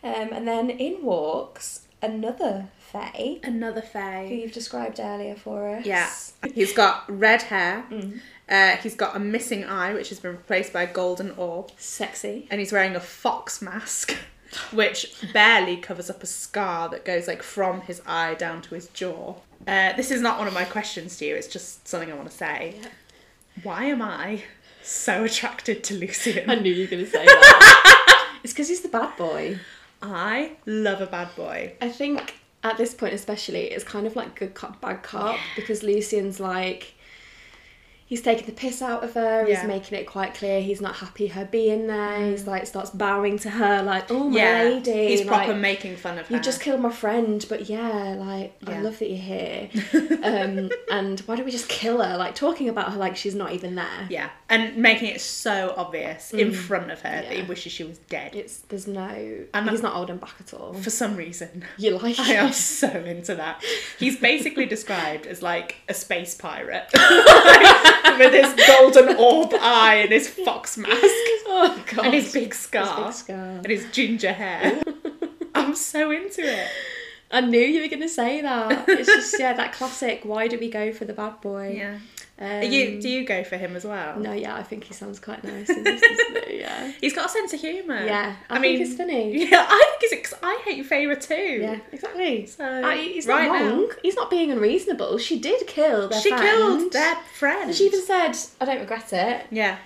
Speaker 4: Um, and then in walks another Fae,
Speaker 1: Another
Speaker 4: who
Speaker 1: Fae.
Speaker 4: you've described earlier for us.
Speaker 1: Yeah, he's got red hair.
Speaker 4: Mm.
Speaker 1: Uh, he's got a missing eye, which has been replaced by a golden orb,
Speaker 2: Sexy.
Speaker 1: and he's wearing a fox mask, which barely covers up a scar that goes like from his eye down to his jaw. Uh, this is not one of my questions to you. It's just something I want to say. Why am I so attracted to Lucian?
Speaker 2: I knew you were going to say that. it's because he's the bad boy.
Speaker 1: I love a bad boy.
Speaker 2: I think at this point, especially, it's kind of like good cop, bad cop because Lucian's like. He's taking the piss out of her.
Speaker 1: Yeah.
Speaker 2: He's making it quite clear he's not happy her being there. He's like starts bowing to her like, "Oh my lady."
Speaker 1: he's proper
Speaker 2: like,
Speaker 1: making fun of her.
Speaker 2: You just killed my friend, but yeah, like
Speaker 1: Yeah.
Speaker 2: I love that you're here. um, and why don't we just kill her? Like talking about her like she's not even there.
Speaker 1: yeah, and making it so obvious in front of her that he
Speaker 2: Mm. Yeah.
Speaker 1: wishes she was dead
Speaker 2: It's there's no.
Speaker 1: And
Speaker 2: he's
Speaker 1: I-
Speaker 2: not holding back at all.
Speaker 1: for some reason.
Speaker 2: You like
Speaker 1: I am
Speaker 2: it?
Speaker 1: so into that. He's basically described as like a space pirate with his golden orb eye and his fox mask
Speaker 2: Oh god.
Speaker 1: and his big scar
Speaker 2: His big scar.
Speaker 1: and his ginger hair. I'm so into it.
Speaker 2: I knew you were gonna say that. It's just yeah, that classic. Why do we go for the bad boy?
Speaker 1: Yeah.
Speaker 2: Um,
Speaker 1: Are you do you go for him as well?
Speaker 2: No, yeah, I think he sounds quite nice. In this, doesn't he? Yeah.
Speaker 1: He's got a sense of humour.
Speaker 2: Yeah, I,
Speaker 1: I
Speaker 2: think
Speaker 1: mean-
Speaker 2: it's funny.
Speaker 1: Yeah, I think he's. Ex- I hate Feyre too.
Speaker 2: Yeah, exactly.
Speaker 1: So
Speaker 2: I, he's
Speaker 1: right
Speaker 2: not
Speaker 1: now-
Speaker 2: wrong. He's not being unreasonable. She did kill their
Speaker 1: she
Speaker 2: friend.
Speaker 1: killed their friend.
Speaker 2: And she even said, I don't regret it.
Speaker 1: yeah,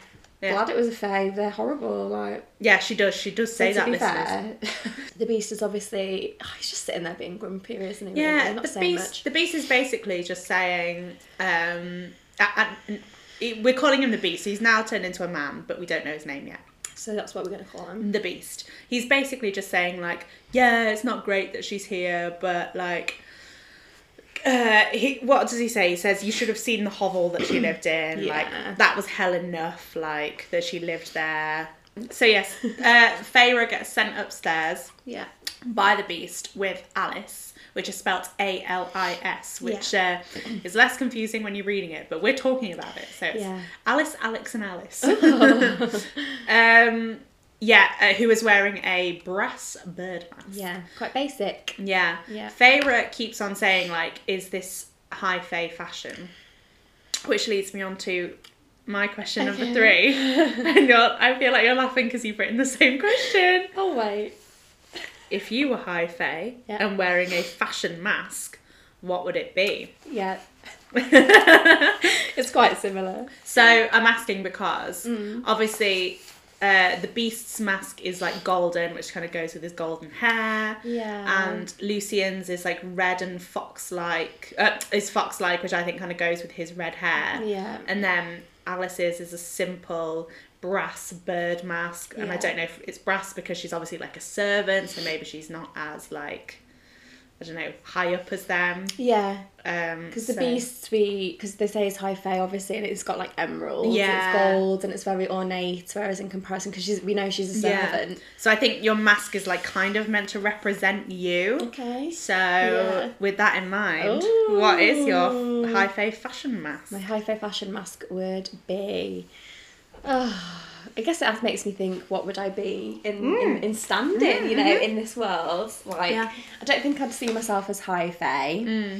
Speaker 1: Yeah.
Speaker 2: Glad it was a fae. They're horrible. Like,
Speaker 1: yeah, she does. She does say
Speaker 2: to
Speaker 1: that.
Speaker 2: be
Speaker 1: listeners.
Speaker 2: fair, the beast is obviously. oh, he's just sitting there being grumpy, isn't he? really?
Speaker 1: Yeah,
Speaker 2: Not
Speaker 1: the
Speaker 2: saying
Speaker 1: beast.
Speaker 2: much.
Speaker 1: The beast is basically just saying, um, I, I- he- we're calling him the beast. He's now turned into a man, but we don't know his name yet.
Speaker 2: So that's what we're going to call him.
Speaker 1: The beast. He's basically just saying like, yeah, it's not great that she's here, but like. Uh, he what does he say? He says you should have seen the hovel that she lived in.
Speaker 2: Yeah.
Speaker 1: Like that was hell enough. Like that she lived there. So yes, uh, Feyre gets sent upstairs
Speaker 2: Yeah.
Speaker 1: by the Beast with Alice, which is spelt A L I S, which uh, is less confusing when you're reading it, but we're talking about it. So it's
Speaker 2: Yeah. Oh.
Speaker 1: Alice, Alex, and Alice. um, yeah, uh, who is wearing a brass bird mask.
Speaker 2: Yeah. Quite basic.
Speaker 1: Yeah.
Speaker 2: Yeah.
Speaker 1: Feyre keeps on saying, like, is this high Fey fashion? Which leads me on to my question number
Speaker 2: Okay.
Speaker 1: three. and you're, I feel like you're laughing because you've written the same question.
Speaker 2: Oh, wait.
Speaker 1: If you were high fae
Speaker 2: Yeah.
Speaker 1: and wearing a fashion mask, what would it be?
Speaker 2: Yeah. It's quite similar.
Speaker 1: so I'm asking because
Speaker 2: Mm.
Speaker 1: obviously uh, the beast's mask is like golden, which kind of goes with his golden hair.
Speaker 2: Yeah.
Speaker 1: And Lucian's is like red and fox like, uh, is fox like, which I think kind of goes with his red hair.
Speaker 2: Yeah.
Speaker 1: And then Alice's is a simple brass bird mask. And I
Speaker 2: Yeah.
Speaker 1: don't know if it's brass because she's obviously like a servant, so maybe she's not as like, I don't know, high up as them.
Speaker 2: Yeah.
Speaker 1: Um,
Speaker 2: Because the
Speaker 1: so-
Speaker 2: beast, we because they say it's high fae, obviously, and it's got like emeralds,
Speaker 1: Yeah.
Speaker 2: it's gold, and it's very ornate. Whereas in comparison, because she's we know she's a
Speaker 1: Yeah.
Speaker 2: servant.
Speaker 1: So I think your mask is like kind of meant to represent you.
Speaker 2: Okay.
Speaker 1: So
Speaker 2: Yeah.
Speaker 1: with that in mind, what is your
Speaker 2: Ooh.
Speaker 1: high fae fashion mask?
Speaker 2: My high fae fashion mask would be. Oh, I guess it makes me think. What would I be in
Speaker 1: Hmm.
Speaker 4: In, in standing, you know, in this world,
Speaker 2: Like,
Speaker 4: like
Speaker 2: I don't think I'd see myself as high fae.
Speaker 1: Hmm.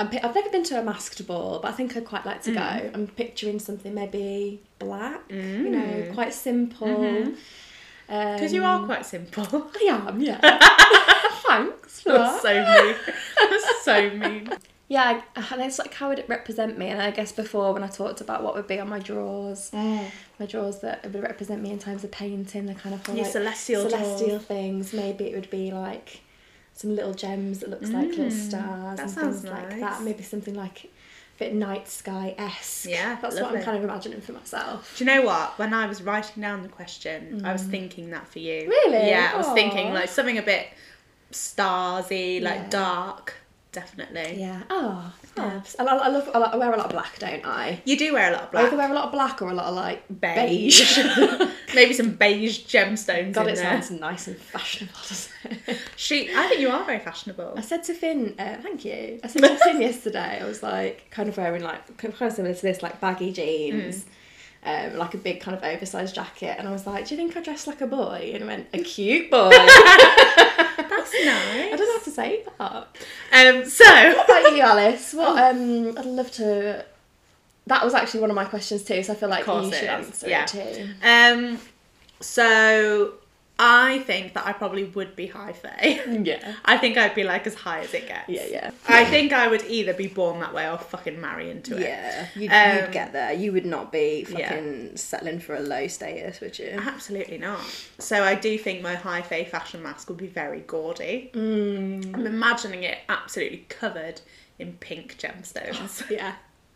Speaker 2: I'm, pi- I've never been to a masked ball, but I think I'd quite like to
Speaker 1: Hmm.
Speaker 2: go. I'm picturing something maybe black, you know, quite simple. Um,
Speaker 1: Because Hmm. Mm-hmm. you are quite simple.
Speaker 2: I am, yeah. Thanks for
Speaker 1: That's
Speaker 2: that.
Speaker 1: so mean. That's so mean.
Speaker 2: Yeah, I- and it's like how would it represent me? And I guess before when I talked about what would be on my drawers, my drawers that would represent me in terms of painting, the kind of whole,
Speaker 1: Your
Speaker 2: like,
Speaker 1: celestial drawers.
Speaker 2: celestial things. Maybe it would be like some little gems that looks like little stars
Speaker 1: Mm, that
Speaker 2: and
Speaker 1: sounds
Speaker 2: things like
Speaker 1: nice.
Speaker 2: that. Maybe something like a bit night sky esque.
Speaker 1: Yeah,
Speaker 2: that's what
Speaker 1: lovely.
Speaker 2: I'm kind of imagining for myself.
Speaker 1: Do you know what? When I was writing down the question, I was thinking that for you.
Speaker 2: Mm. Really?
Speaker 1: Yeah, I was thinking
Speaker 2: Aw.
Speaker 1: like something a bit starsy, like
Speaker 2: Yeah.
Speaker 1: dark. definitely.
Speaker 2: Yeah. Oh, fabs. I, I love. I, lo- I wear a lot of black, don't I?
Speaker 1: You do wear a lot of
Speaker 2: I
Speaker 1: black.
Speaker 2: either wear a lot of black or a lot of like
Speaker 1: Beige. Maybe some beige gemstones
Speaker 2: God,
Speaker 1: in
Speaker 2: it
Speaker 1: there.
Speaker 2: sounds nice and fashionable, doesn't it?
Speaker 1: She, I think you are very fashionable.
Speaker 2: I said to Finn, uh, thank you. I said to Finn yesterday, I was like, kind of wearing like, kind of similar to this, like baggy jeans, um, like a big kind of oversized jacket. And I was like, do you think I dress like a boy? And I went, a cute boy. I
Speaker 1: That's
Speaker 2: don't
Speaker 1: nice.
Speaker 2: know how to say that.
Speaker 1: Um, so,
Speaker 2: What about you, Alice? What, um, I'd love to. That was actually one of my questions too, so I feel like
Speaker 1: course
Speaker 2: you
Speaker 1: it
Speaker 2: should
Speaker 1: is,
Speaker 2: answer
Speaker 1: yeah.
Speaker 2: it too.
Speaker 1: um, so I think that I probably would be high fae.
Speaker 2: Yeah.
Speaker 1: I think I'd be like as high as it gets.
Speaker 2: Yeah, yeah.
Speaker 1: I think I would either be born that way or fucking marry into it.
Speaker 2: Yeah, you'd,
Speaker 1: Um,
Speaker 2: you'd get there. You would not be
Speaker 1: Yeah.
Speaker 2: fucking settling for a low status, would you?
Speaker 1: Absolutely not. So I do think my high fae fashion mask would be very gaudy.
Speaker 2: Mm.
Speaker 1: I'm imagining it absolutely covered in pink gemstones.
Speaker 2: Yeah.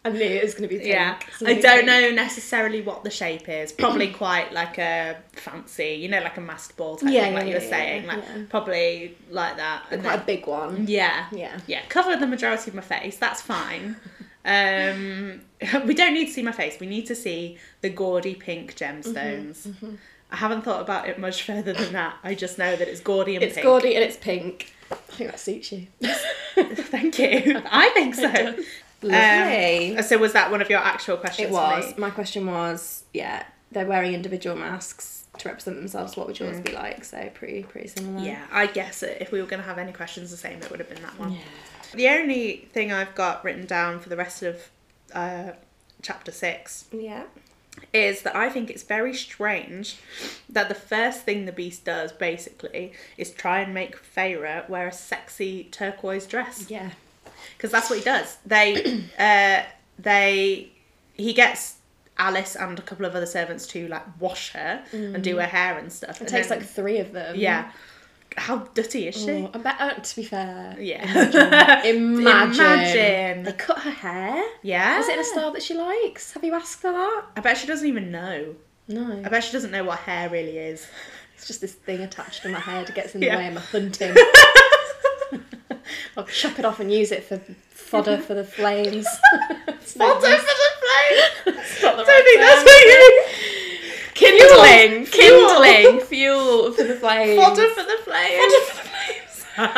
Speaker 2: I knew it was going to be pink.
Speaker 1: Yeah,
Speaker 2: It's
Speaker 1: I
Speaker 2: gonna be
Speaker 1: don't
Speaker 2: pink.
Speaker 1: know necessarily what the shape is. Probably quite like a fancy, you know, like a masked ball type
Speaker 2: Yeah,
Speaker 1: thing,
Speaker 2: yeah,
Speaker 1: like you
Speaker 2: yeah,
Speaker 1: were saying.
Speaker 2: yeah,
Speaker 1: Like
Speaker 2: yeah.
Speaker 1: probably like that. And
Speaker 2: Quite a
Speaker 1: then-
Speaker 2: big one.
Speaker 1: yeah,
Speaker 2: Yeah.
Speaker 1: yeah, cover the majority of my face. That's fine. um, we don't need to see my face. We need to see the gaudy pink gemstones.
Speaker 2: Mm-hmm,
Speaker 1: I haven't thought about it much further than that. I just know that it's gaudy and
Speaker 2: It's
Speaker 1: pink.
Speaker 2: gaudy and it's pink. I think that suits you.
Speaker 1: Thank you. I think so.
Speaker 2: Lovely.
Speaker 1: Um, so was that one of your actual questions?
Speaker 2: it
Speaker 1: for
Speaker 2: was. Mm-hmm.
Speaker 1: me?
Speaker 2: My question was, yeah, they're wearing individual masks to represent themselves. What would yours be like? So pretty, pretty similar.
Speaker 1: Yeah, I guess that if we were going to have any questions the same, it would have been that one.
Speaker 2: Yeah.
Speaker 1: The only thing I've got written down for the rest of uh, chapter six
Speaker 2: Yeah.
Speaker 1: is that I think it's very strange that the first thing the beast does basically is try and make Feyre wear a sexy turquoise dress
Speaker 2: Yeah.
Speaker 1: because that's what he does. They uh, they he gets Alice and a couple of other servants to like wash her and do her hair and stuff.
Speaker 2: Mm. It
Speaker 1: and
Speaker 2: takes
Speaker 1: then-
Speaker 2: like three of them.
Speaker 1: yeah. How dirty is she?
Speaker 2: Oh, I bet, uh, to be fair.
Speaker 1: Yeah.
Speaker 2: Imagine. Ah.
Speaker 1: Imagine.
Speaker 2: They cut her hair.
Speaker 1: yeah.
Speaker 2: Is it in a style that she likes? Have you asked her that?
Speaker 1: I bet she doesn't even know.
Speaker 2: No.
Speaker 1: I bet she doesn't know what hair really is.
Speaker 2: It's just this thing attached to my head. It gets in the
Speaker 1: Yeah.
Speaker 2: way of my hunting. I'll chop it off and use it for fodder for the flames. It's not
Speaker 1: Fodder for the flame.
Speaker 2: it's not the
Speaker 1: Don't think that's
Speaker 2: right
Speaker 1: for you.
Speaker 2: Kindling,
Speaker 1: Fuel.
Speaker 2: kindling, fuel for the flames.
Speaker 1: Fodder for the flame.
Speaker 2: flames.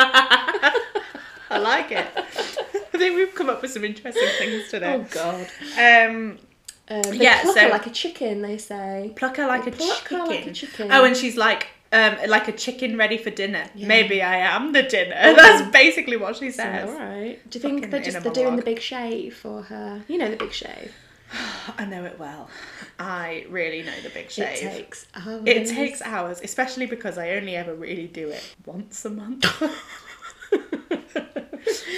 Speaker 1: I like it. I think we've come up with some interesting things
Speaker 2: Oh
Speaker 1: today.
Speaker 2: God.
Speaker 1: Um,
Speaker 2: Um, they
Speaker 1: Yeah,
Speaker 2: pluck
Speaker 1: so-
Speaker 2: her like a chicken. They say.
Speaker 1: pluck her like a
Speaker 2: Pluck
Speaker 1: chicken.
Speaker 2: her like a chicken.
Speaker 1: Oh, and she's like, um, like a chicken ready for dinner.
Speaker 2: Yeah.
Speaker 1: Maybe I am the dinner. That's basically what she says.
Speaker 2: all right. Do you think
Speaker 1: Fucking
Speaker 2: they're just
Speaker 1: inner
Speaker 2: they're doing the
Speaker 1: monologue.
Speaker 2: big shave for her? You know the big shave.
Speaker 1: I know it well. I really know the big shave.
Speaker 2: It takes. Hours.
Speaker 1: It takes hours, especially because I only ever really do it once a month. and,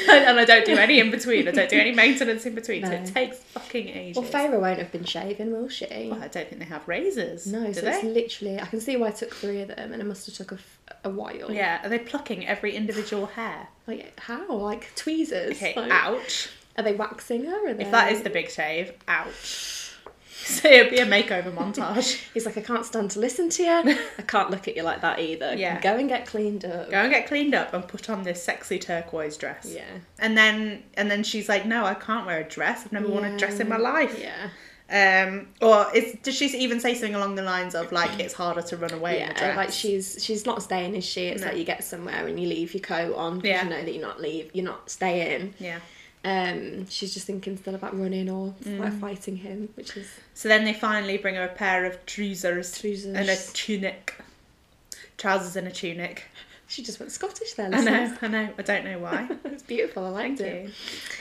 Speaker 1: and I don't do any in between. I don't do any maintenance in between, so it
Speaker 2: No.
Speaker 1: takes fucking ages.
Speaker 2: Well, Pharaoh won't have been shaving, will she?
Speaker 1: Well, I don't think they have razors.
Speaker 2: No,
Speaker 1: do
Speaker 2: so
Speaker 1: they?
Speaker 2: it's literally. I can see why it took three of them, and it must have took a, f- a while.
Speaker 1: yeah, are they plucking every individual hair?
Speaker 2: Like how? Like tweezers?
Speaker 1: Okay,
Speaker 2: Like,
Speaker 1: ouch.
Speaker 2: Are they waxing her? Are they...
Speaker 1: If that is the big shave, ouch. So it'd be a makeover montage.
Speaker 2: He's like, I can't stand to listen to you. I can't look at you like that either.
Speaker 1: Yeah.
Speaker 2: Go and get cleaned up.
Speaker 1: Go and get cleaned up and put on this sexy turquoise dress.
Speaker 2: Yeah.
Speaker 1: And then and then she's like, No, I can't wear a dress. I've never worn a dress in my life.
Speaker 2: Yeah.
Speaker 1: Um, or it's, does she even say something along the lines of like it's harder to run away in a
Speaker 2: Yeah.
Speaker 1: dress?
Speaker 2: Like she's she's not staying, is she? It's
Speaker 1: No.
Speaker 2: like you get somewhere and you leave your coat on because
Speaker 1: Yeah.
Speaker 2: you know that you're not leave you're not staying.
Speaker 1: yeah.
Speaker 2: Um, she's just thinking still about running or
Speaker 1: Mm.
Speaker 2: like fighting him, which is
Speaker 1: So then they finally bring her a pair of trousers,
Speaker 2: Trousers.
Speaker 1: and a tunic, trousers and a tunic.
Speaker 2: she just went Scottish there.
Speaker 1: I know,
Speaker 2: listeners.
Speaker 1: I know, I don't know why.
Speaker 2: it's beautiful. I liked
Speaker 1: Thank you.
Speaker 2: it.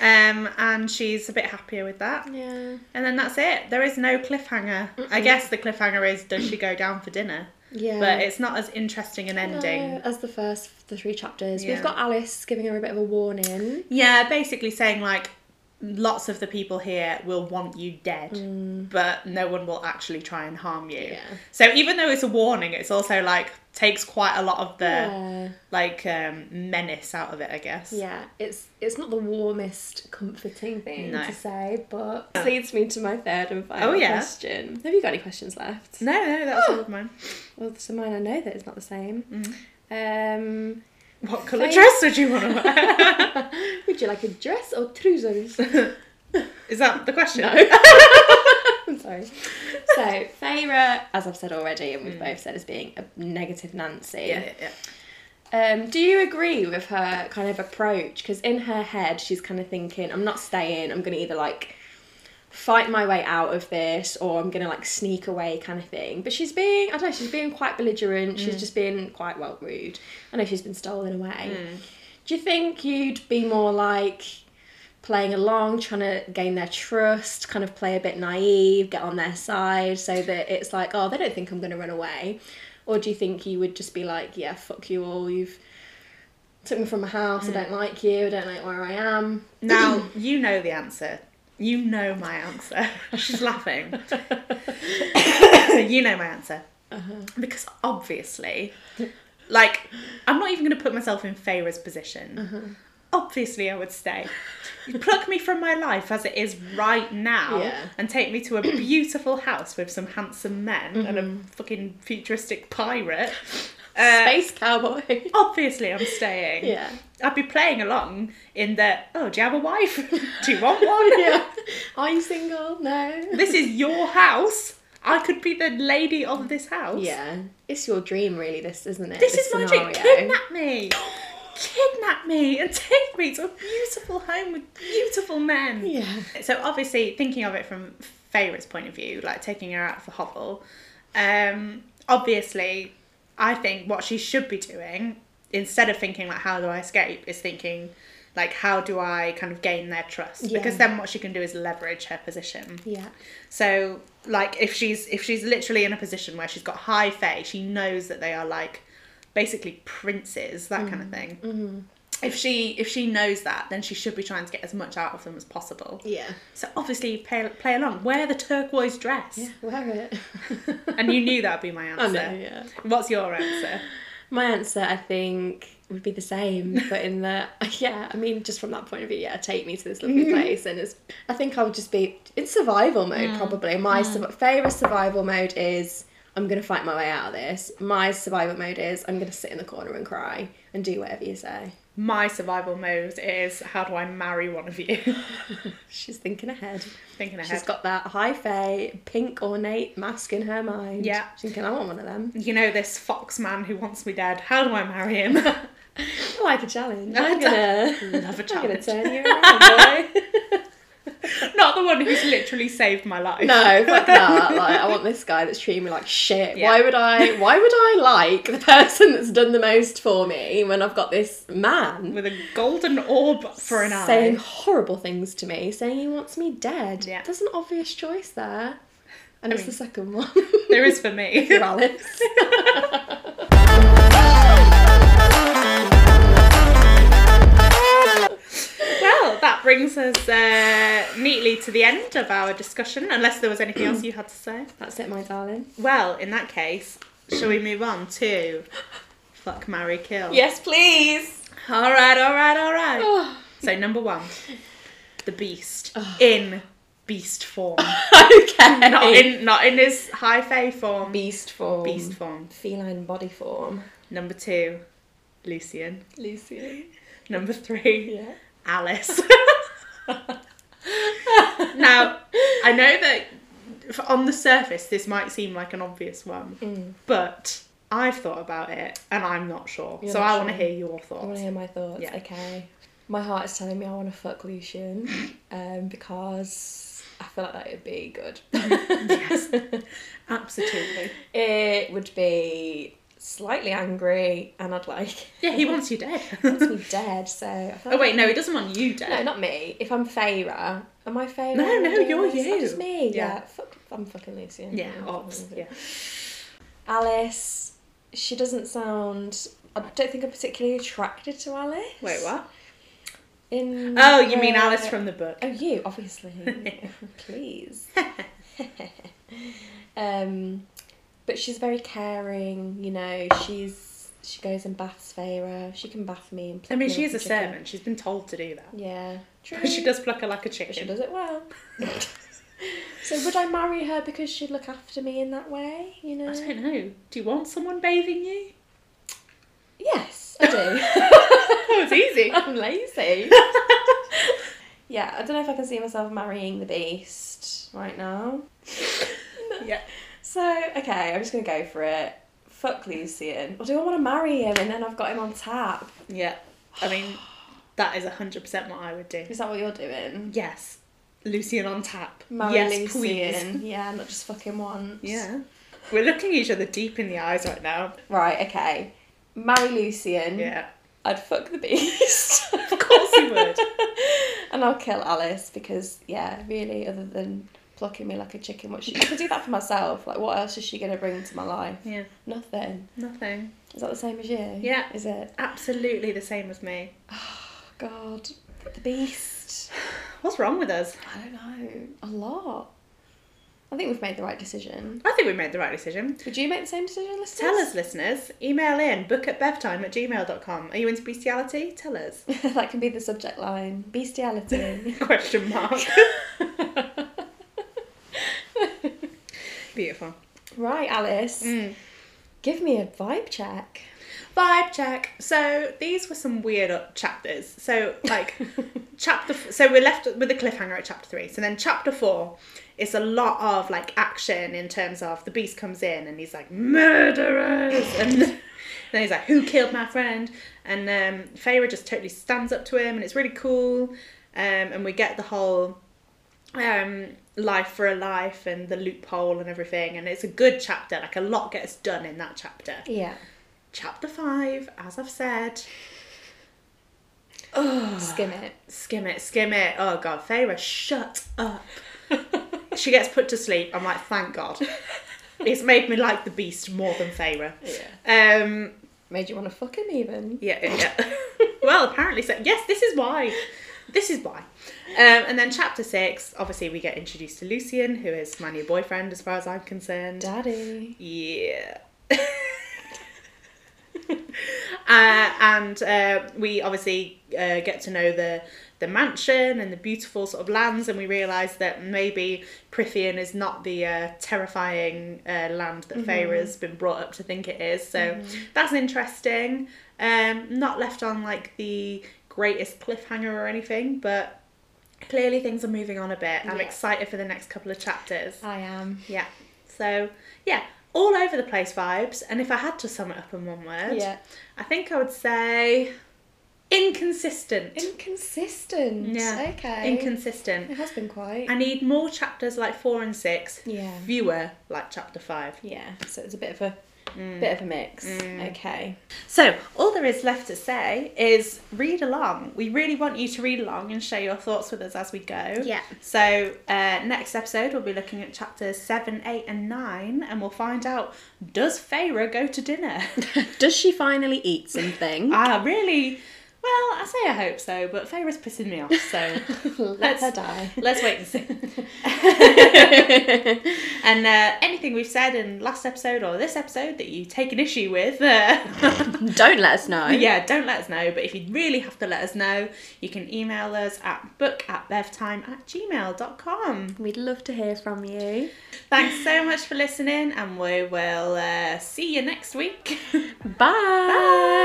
Speaker 1: Um, and she's a bit happier with that.
Speaker 2: Yeah.
Speaker 1: And then that's it. There is no cliffhanger. I guess the cliffhanger is does she go down for dinner?
Speaker 2: Yeah.
Speaker 1: But it's not as interesting an ending.
Speaker 2: No, as the first the three chapters.
Speaker 1: Yeah.
Speaker 2: We've got Alice giving her a bit of a warning.
Speaker 1: Yeah, basically saying like lots of the people here will want you dead, but no one will actually try and harm you.
Speaker 2: Mm. Yeah.
Speaker 1: So even though it's a warning, it's also like takes quite a lot of the
Speaker 2: Yeah.
Speaker 1: like um, menace out of it, I guess.
Speaker 2: Yeah. It's it's not the warmest comforting thing
Speaker 1: No.
Speaker 2: to say, but this leads me to my third and final
Speaker 1: Oh, yeah. Mm.
Speaker 2: question. Have you got any questions left?
Speaker 1: No, no, that's all of mine. Mm.
Speaker 2: Well so mine I know that it's not the same. Um
Speaker 1: What colour dress would you want to wear?
Speaker 2: Would you like a dress or trousers?
Speaker 1: Is that the question?
Speaker 2: I'm sorry. So, Feyre, as I've said already, and we've both said, is being a negative Nancy.
Speaker 1: Mm. Yeah, yeah, yeah.
Speaker 2: Um, do you agree with her kind of approach? Because in her head, she's kind of thinking, I'm not staying, I'm going to either like fight my way out of this or I'm going to like sneak away kind of thing. But she's being, I don't know, she's being quite belligerent, she's just being quite well rude. I know she's been stolen away. Do you think you'd be more like playing along, trying to gain their trust, kind of play a bit naive, get on their side so that it's like, oh, they don't think I'm going to run away? Or do you think you would just be like, yeah, fuck you all, you've took me from my house,
Speaker 1: Mm.
Speaker 2: I don't like you, I don't like where I am?
Speaker 1: Now you know the answer. You know my answer. She's laughing. you know my answer.
Speaker 2: Uh-huh.
Speaker 1: Because obviously, like, I'm not even going to put myself in Feyre's position.
Speaker 2: Uh-huh.
Speaker 1: Obviously, I would stay. You pluck me from my life as it is right now
Speaker 2: Yeah.
Speaker 1: and take me to a beautiful house with some handsome men and a fucking futuristic pirate. Uh,
Speaker 2: Mm-hmm. Space cowboy.
Speaker 1: Obviously, I'm staying.
Speaker 2: yeah.
Speaker 1: I'd be playing along in the, oh, do you have a wife? do you want one?
Speaker 2: yeah. Are you single? No.
Speaker 1: this is your house. I could be the lady of this house.
Speaker 2: Yeah. It's your dream, really, this, isn't it?
Speaker 1: This, is my dream.
Speaker 2: scenario.
Speaker 1: Kidnap me. Kidnap me and take me to a beautiful home with beautiful men.
Speaker 2: Yeah.
Speaker 1: So obviously, thinking of it from Feyre's point of view, like taking her out of the hovel, um, obviously, I think what she should be doing instead of thinking like how do I escape is thinking like how do I kind of gain their trust
Speaker 2: Yeah.
Speaker 1: because then what she can do is leverage her position.
Speaker 2: Yeah.
Speaker 1: So like if she's if she's literally in a position where she's got high fae, she knows that they are like basically princes, that kind of thing. If she if she knows that, then she should be trying to get as much out of them as possible.
Speaker 2: Yeah.
Speaker 1: So obviously play, play along. Wear the turquoise dress.
Speaker 2: Yeah. Wear it.
Speaker 1: And you knew that'd be my
Speaker 2: I
Speaker 1: answer.
Speaker 2: know, yeah.
Speaker 1: What's your answer?
Speaker 2: My answer, I think, would be the same, but in the yeah, I mean, just from that point of view, yeah, take me to this lovely
Speaker 1: Mm-hmm.
Speaker 2: place, and it's. I think I would just be in survival mode
Speaker 1: Mm.
Speaker 2: probably. My sur- favorite survival mode is I'm gonna fight my way out of this. My survival mode is I'm gonna sit in the corner and cry and do whatever you say.
Speaker 1: My survival mode is how do I marry one of you?
Speaker 2: She's thinking ahead.
Speaker 1: Thinking ahead.
Speaker 2: She's got that high fae pink ornate mask in her mind.
Speaker 1: Yeah.
Speaker 2: She's thinking I want one of them.
Speaker 1: you know this fox man who wants me dead. How do I marry him?
Speaker 2: I like a challenge.
Speaker 1: I
Speaker 2: I'm gonna.
Speaker 1: Love a
Speaker 2: I'm gonna
Speaker 1: challenge.
Speaker 2: turn you around, boy.
Speaker 1: Not the one who's literally saved my life.
Speaker 2: No, fuck that. Like, I want this guy that's treating me like shit.
Speaker 1: Yeah.
Speaker 2: Why would I? Why would I like the person that's done the most for me when I've got this man
Speaker 1: With a golden orb for an
Speaker 2: saying
Speaker 1: eye.
Speaker 2: horrible things to me, saying he wants me dead?
Speaker 1: Yeah.
Speaker 2: There's an obvious choice there, and it's the second one.
Speaker 1: There is for me.
Speaker 2: You're Alice.
Speaker 1: well, that brings us uh, neatly to the end of our discussion, unless there was anything else you had to say.
Speaker 2: That's it, my darling.
Speaker 1: Well, in that case, shall we move on to Fuck Marry Kill?
Speaker 4: Yes, please.
Speaker 1: Alright, alright, alright. So number one, the beast. In beast form.
Speaker 2: okay.
Speaker 1: not in not in his high fae form.
Speaker 4: Beast form.
Speaker 1: Beast form.
Speaker 4: Feline body form.
Speaker 1: Number two, Lucian.
Speaker 4: Lucy.
Speaker 1: Number three,
Speaker 4: Yeah.
Speaker 1: Alice. now, I know that f- on the surface this might seem like an obvious one,
Speaker 4: Mm.
Speaker 1: but I've thought about it and I'm not sure.
Speaker 4: You're
Speaker 1: so
Speaker 4: not
Speaker 1: I want to
Speaker 4: sure.
Speaker 1: hear your
Speaker 4: I want
Speaker 1: thoughts.
Speaker 4: to hear my thoughts.
Speaker 1: Yeah.
Speaker 4: Okay. My heart is telling me I want to fuck Lucian um, because I feel like that would be good.
Speaker 1: Absolutely.
Speaker 4: It would be slightly angry and I'd like
Speaker 1: Yeah, he wants you dead.
Speaker 4: to be dead, so. I feel
Speaker 1: oh,
Speaker 4: like-
Speaker 1: wait, no, he doesn't want you
Speaker 4: No,
Speaker 1: dead.
Speaker 4: not me. If I'm Feyre, am I Feyre?
Speaker 1: No,
Speaker 4: when I'm
Speaker 1: no,
Speaker 4: doing
Speaker 1: you're
Speaker 4: this?
Speaker 1: you.
Speaker 4: That's just me.
Speaker 1: Yeah.
Speaker 4: Yeah. Fuck, I'm fucking Lucian.
Speaker 1: Yeah,
Speaker 4: I'm
Speaker 1: ops.
Speaker 4: fucking
Speaker 1: Yeah.
Speaker 4: Lucian. Alice, she doesn't sound. I don't think I'm particularly attracted to Alice.
Speaker 1: Wait, what?
Speaker 4: In
Speaker 1: Oh, you mean
Speaker 4: the-
Speaker 1: Alice from the book?
Speaker 4: Oh, you obviously. Please. um, but she's very caring. You know, she's she goes and baths Feyre. She can bath me and.
Speaker 1: I
Speaker 4: pluck
Speaker 1: mean,
Speaker 4: me
Speaker 1: she is
Speaker 4: like
Speaker 1: a
Speaker 4: chicken.
Speaker 1: servant. She's been told to do that.
Speaker 4: Yeah, true.
Speaker 1: But she does pluck her like a
Speaker 4: But she
Speaker 1: chicken.
Speaker 4: does it well. so would I marry her because she'd look after me in that way? You know.
Speaker 1: I don't know. Do you want someone bathing you?
Speaker 4: Yes,
Speaker 2: I do.
Speaker 1: That was Oh, easy.
Speaker 2: I'm lazy. yeah, I don't know if I can see myself marrying the beast right now.
Speaker 1: Yeah.
Speaker 2: So, okay, I'm just going to go for it. Fuck Lucian. Or do I want to marry him and then I've got him on tap?
Speaker 1: Yeah. I mean, that is 100% what I would do.
Speaker 2: Is that what you're doing?
Speaker 1: Yes. Lucian on tap.
Speaker 2: Marry
Speaker 1: yes, please.
Speaker 2: Lucian. Yeah, not just fucking once.
Speaker 1: Yeah. We're looking each other deep in the eyes right now.
Speaker 2: Right, okay. Marry Lucian.
Speaker 1: Yeah.
Speaker 2: I'd fuck the beast. of
Speaker 1: course you would.
Speaker 2: and I'll kill Alice because, yeah, really, other than plucking me like a chicken, what she I could do that for myself. Like, what else is she going to bring to my life?
Speaker 1: Yeah.
Speaker 2: Nothing.
Speaker 1: Nothing.
Speaker 2: Is that the same as you?
Speaker 1: Yeah.
Speaker 2: Is it? Oh,
Speaker 1: Absolutely the same as me.
Speaker 2: God, the beast.
Speaker 1: What's wrong with us?
Speaker 2: I don't know. A lot. I think we've made the right decision.
Speaker 1: I think we made the right decision.
Speaker 2: Would you make the same decision, listeners?
Speaker 1: Tell us, listeners. Email in book at bevtime at gmail.com. Are you into bestiality? Tell us.
Speaker 2: that can be the subject line. Bestiality.
Speaker 1: Question mark. Beautiful.
Speaker 2: right, Alice.
Speaker 1: Mm.
Speaker 2: Give me a vibe check.
Speaker 1: Vibe check. So these were some weird up chapters. So like chapter. F- so we're left with a cliffhanger at chapter three. So then chapter four is a lot of like action in terms of the beast comes in and he's like murderers and then he's like who killed my friend and um, Feyre just totally stands up to him and it's really cool. Um, and we get the whole um life for a life and the loophole and everything and it's a good chapter like a lot gets done in that chapter
Speaker 2: Yeah.
Speaker 1: chapter five, as I've said.
Speaker 2: Skim it.
Speaker 1: Skim it, skim it. Oh god, Feyre, shut up. she gets put to sleep. I'm like, thank God. It's made me like the beast more than Feyre. Yeah. Um
Speaker 2: Made you want to fuck him even.
Speaker 1: yeah, yeah. yeah. well, apparently so. Yes, this is why. This is why. Um, and then chapter six, obviously we get introduced to Lucian, who is my new boyfriend as far as I'm concerned.
Speaker 2: Daddy.
Speaker 1: Yeah. uh, and uh, we obviously uh, get to know the the mansion and the beautiful sort of lands, and we realise that maybe Prithian is not the uh, terrifying uh, land that Feyre's been brought up to think it is. So that's interesting. Um, not left on like the greatest cliffhanger or anything, but clearly things are moving on a bit. I'm
Speaker 2: Yeah.
Speaker 1: excited for the next couple of chapters.
Speaker 2: I am.
Speaker 1: Yeah. So yeah, all over the place vibes. And if I had to sum it up in one word,
Speaker 2: Yeah.
Speaker 1: I think I would say inconsistent.
Speaker 2: Inconsistent.
Speaker 1: Yeah.
Speaker 2: Okay.
Speaker 1: Inconsistent.
Speaker 2: it has been quite.
Speaker 1: I need more chapters like four and six.
Speaker 2: yeah.
Speaker 1: Fewer like chapter five.
Speaker 2: Yeah. So it's a bit of a
Speaker 5: Mm.
Speaker 2: bit of a mix. Okay.
Speaker 1: So, all there is left to say is read along. We really want you to read along and share your thoughts with us as we go.
Speaker 5: Yeah.
Speaker 1: So, uh, next episode, we'll be looking at chapters 7, 8, and 9, and we'll find out does Feyre go to dinner?
Speaker 5: Does she finally eat something?
Speaker 1: Ah, really? Well, I say I hope so, but Feyre's pissing me off, so
Speaker 2: Let her die.
Speaker 1: let's wait and see. and uh, anything we've said in last episode or this episode that you take an issue with, uh,
Speaker 5: Don't let us know.
Speaker 1: yeah, don't let us know. But if you really have to let us know, you can email us at book at bevtime at gmail.com.
Speaker 5: We'd love to hear from you.
Speaker 1: Thanks so much for listening, and we will uh, see you next week.
Speaker 5: Bye.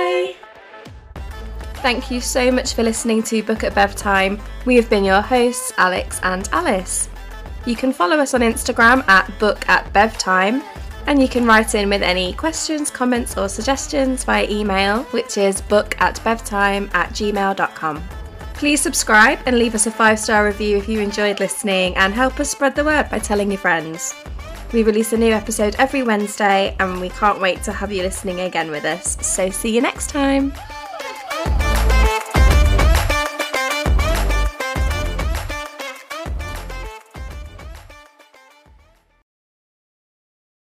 Speaker 2: Thank you so much for listening to Book at Bev Time. We have been your hosts, Alex and Alice. You can follow us on Instagram at Book at Bev Time, and you can write in with any questions, comments, or suggestions via email, which is book at bevtime at gmail.com. Please subscribe and leave us a five star review if you enjoyed listening, and help us spread the word by telling your friends. We release a new episode every Wednesday, and we can't wait to have you listening again with us. So, see you next time.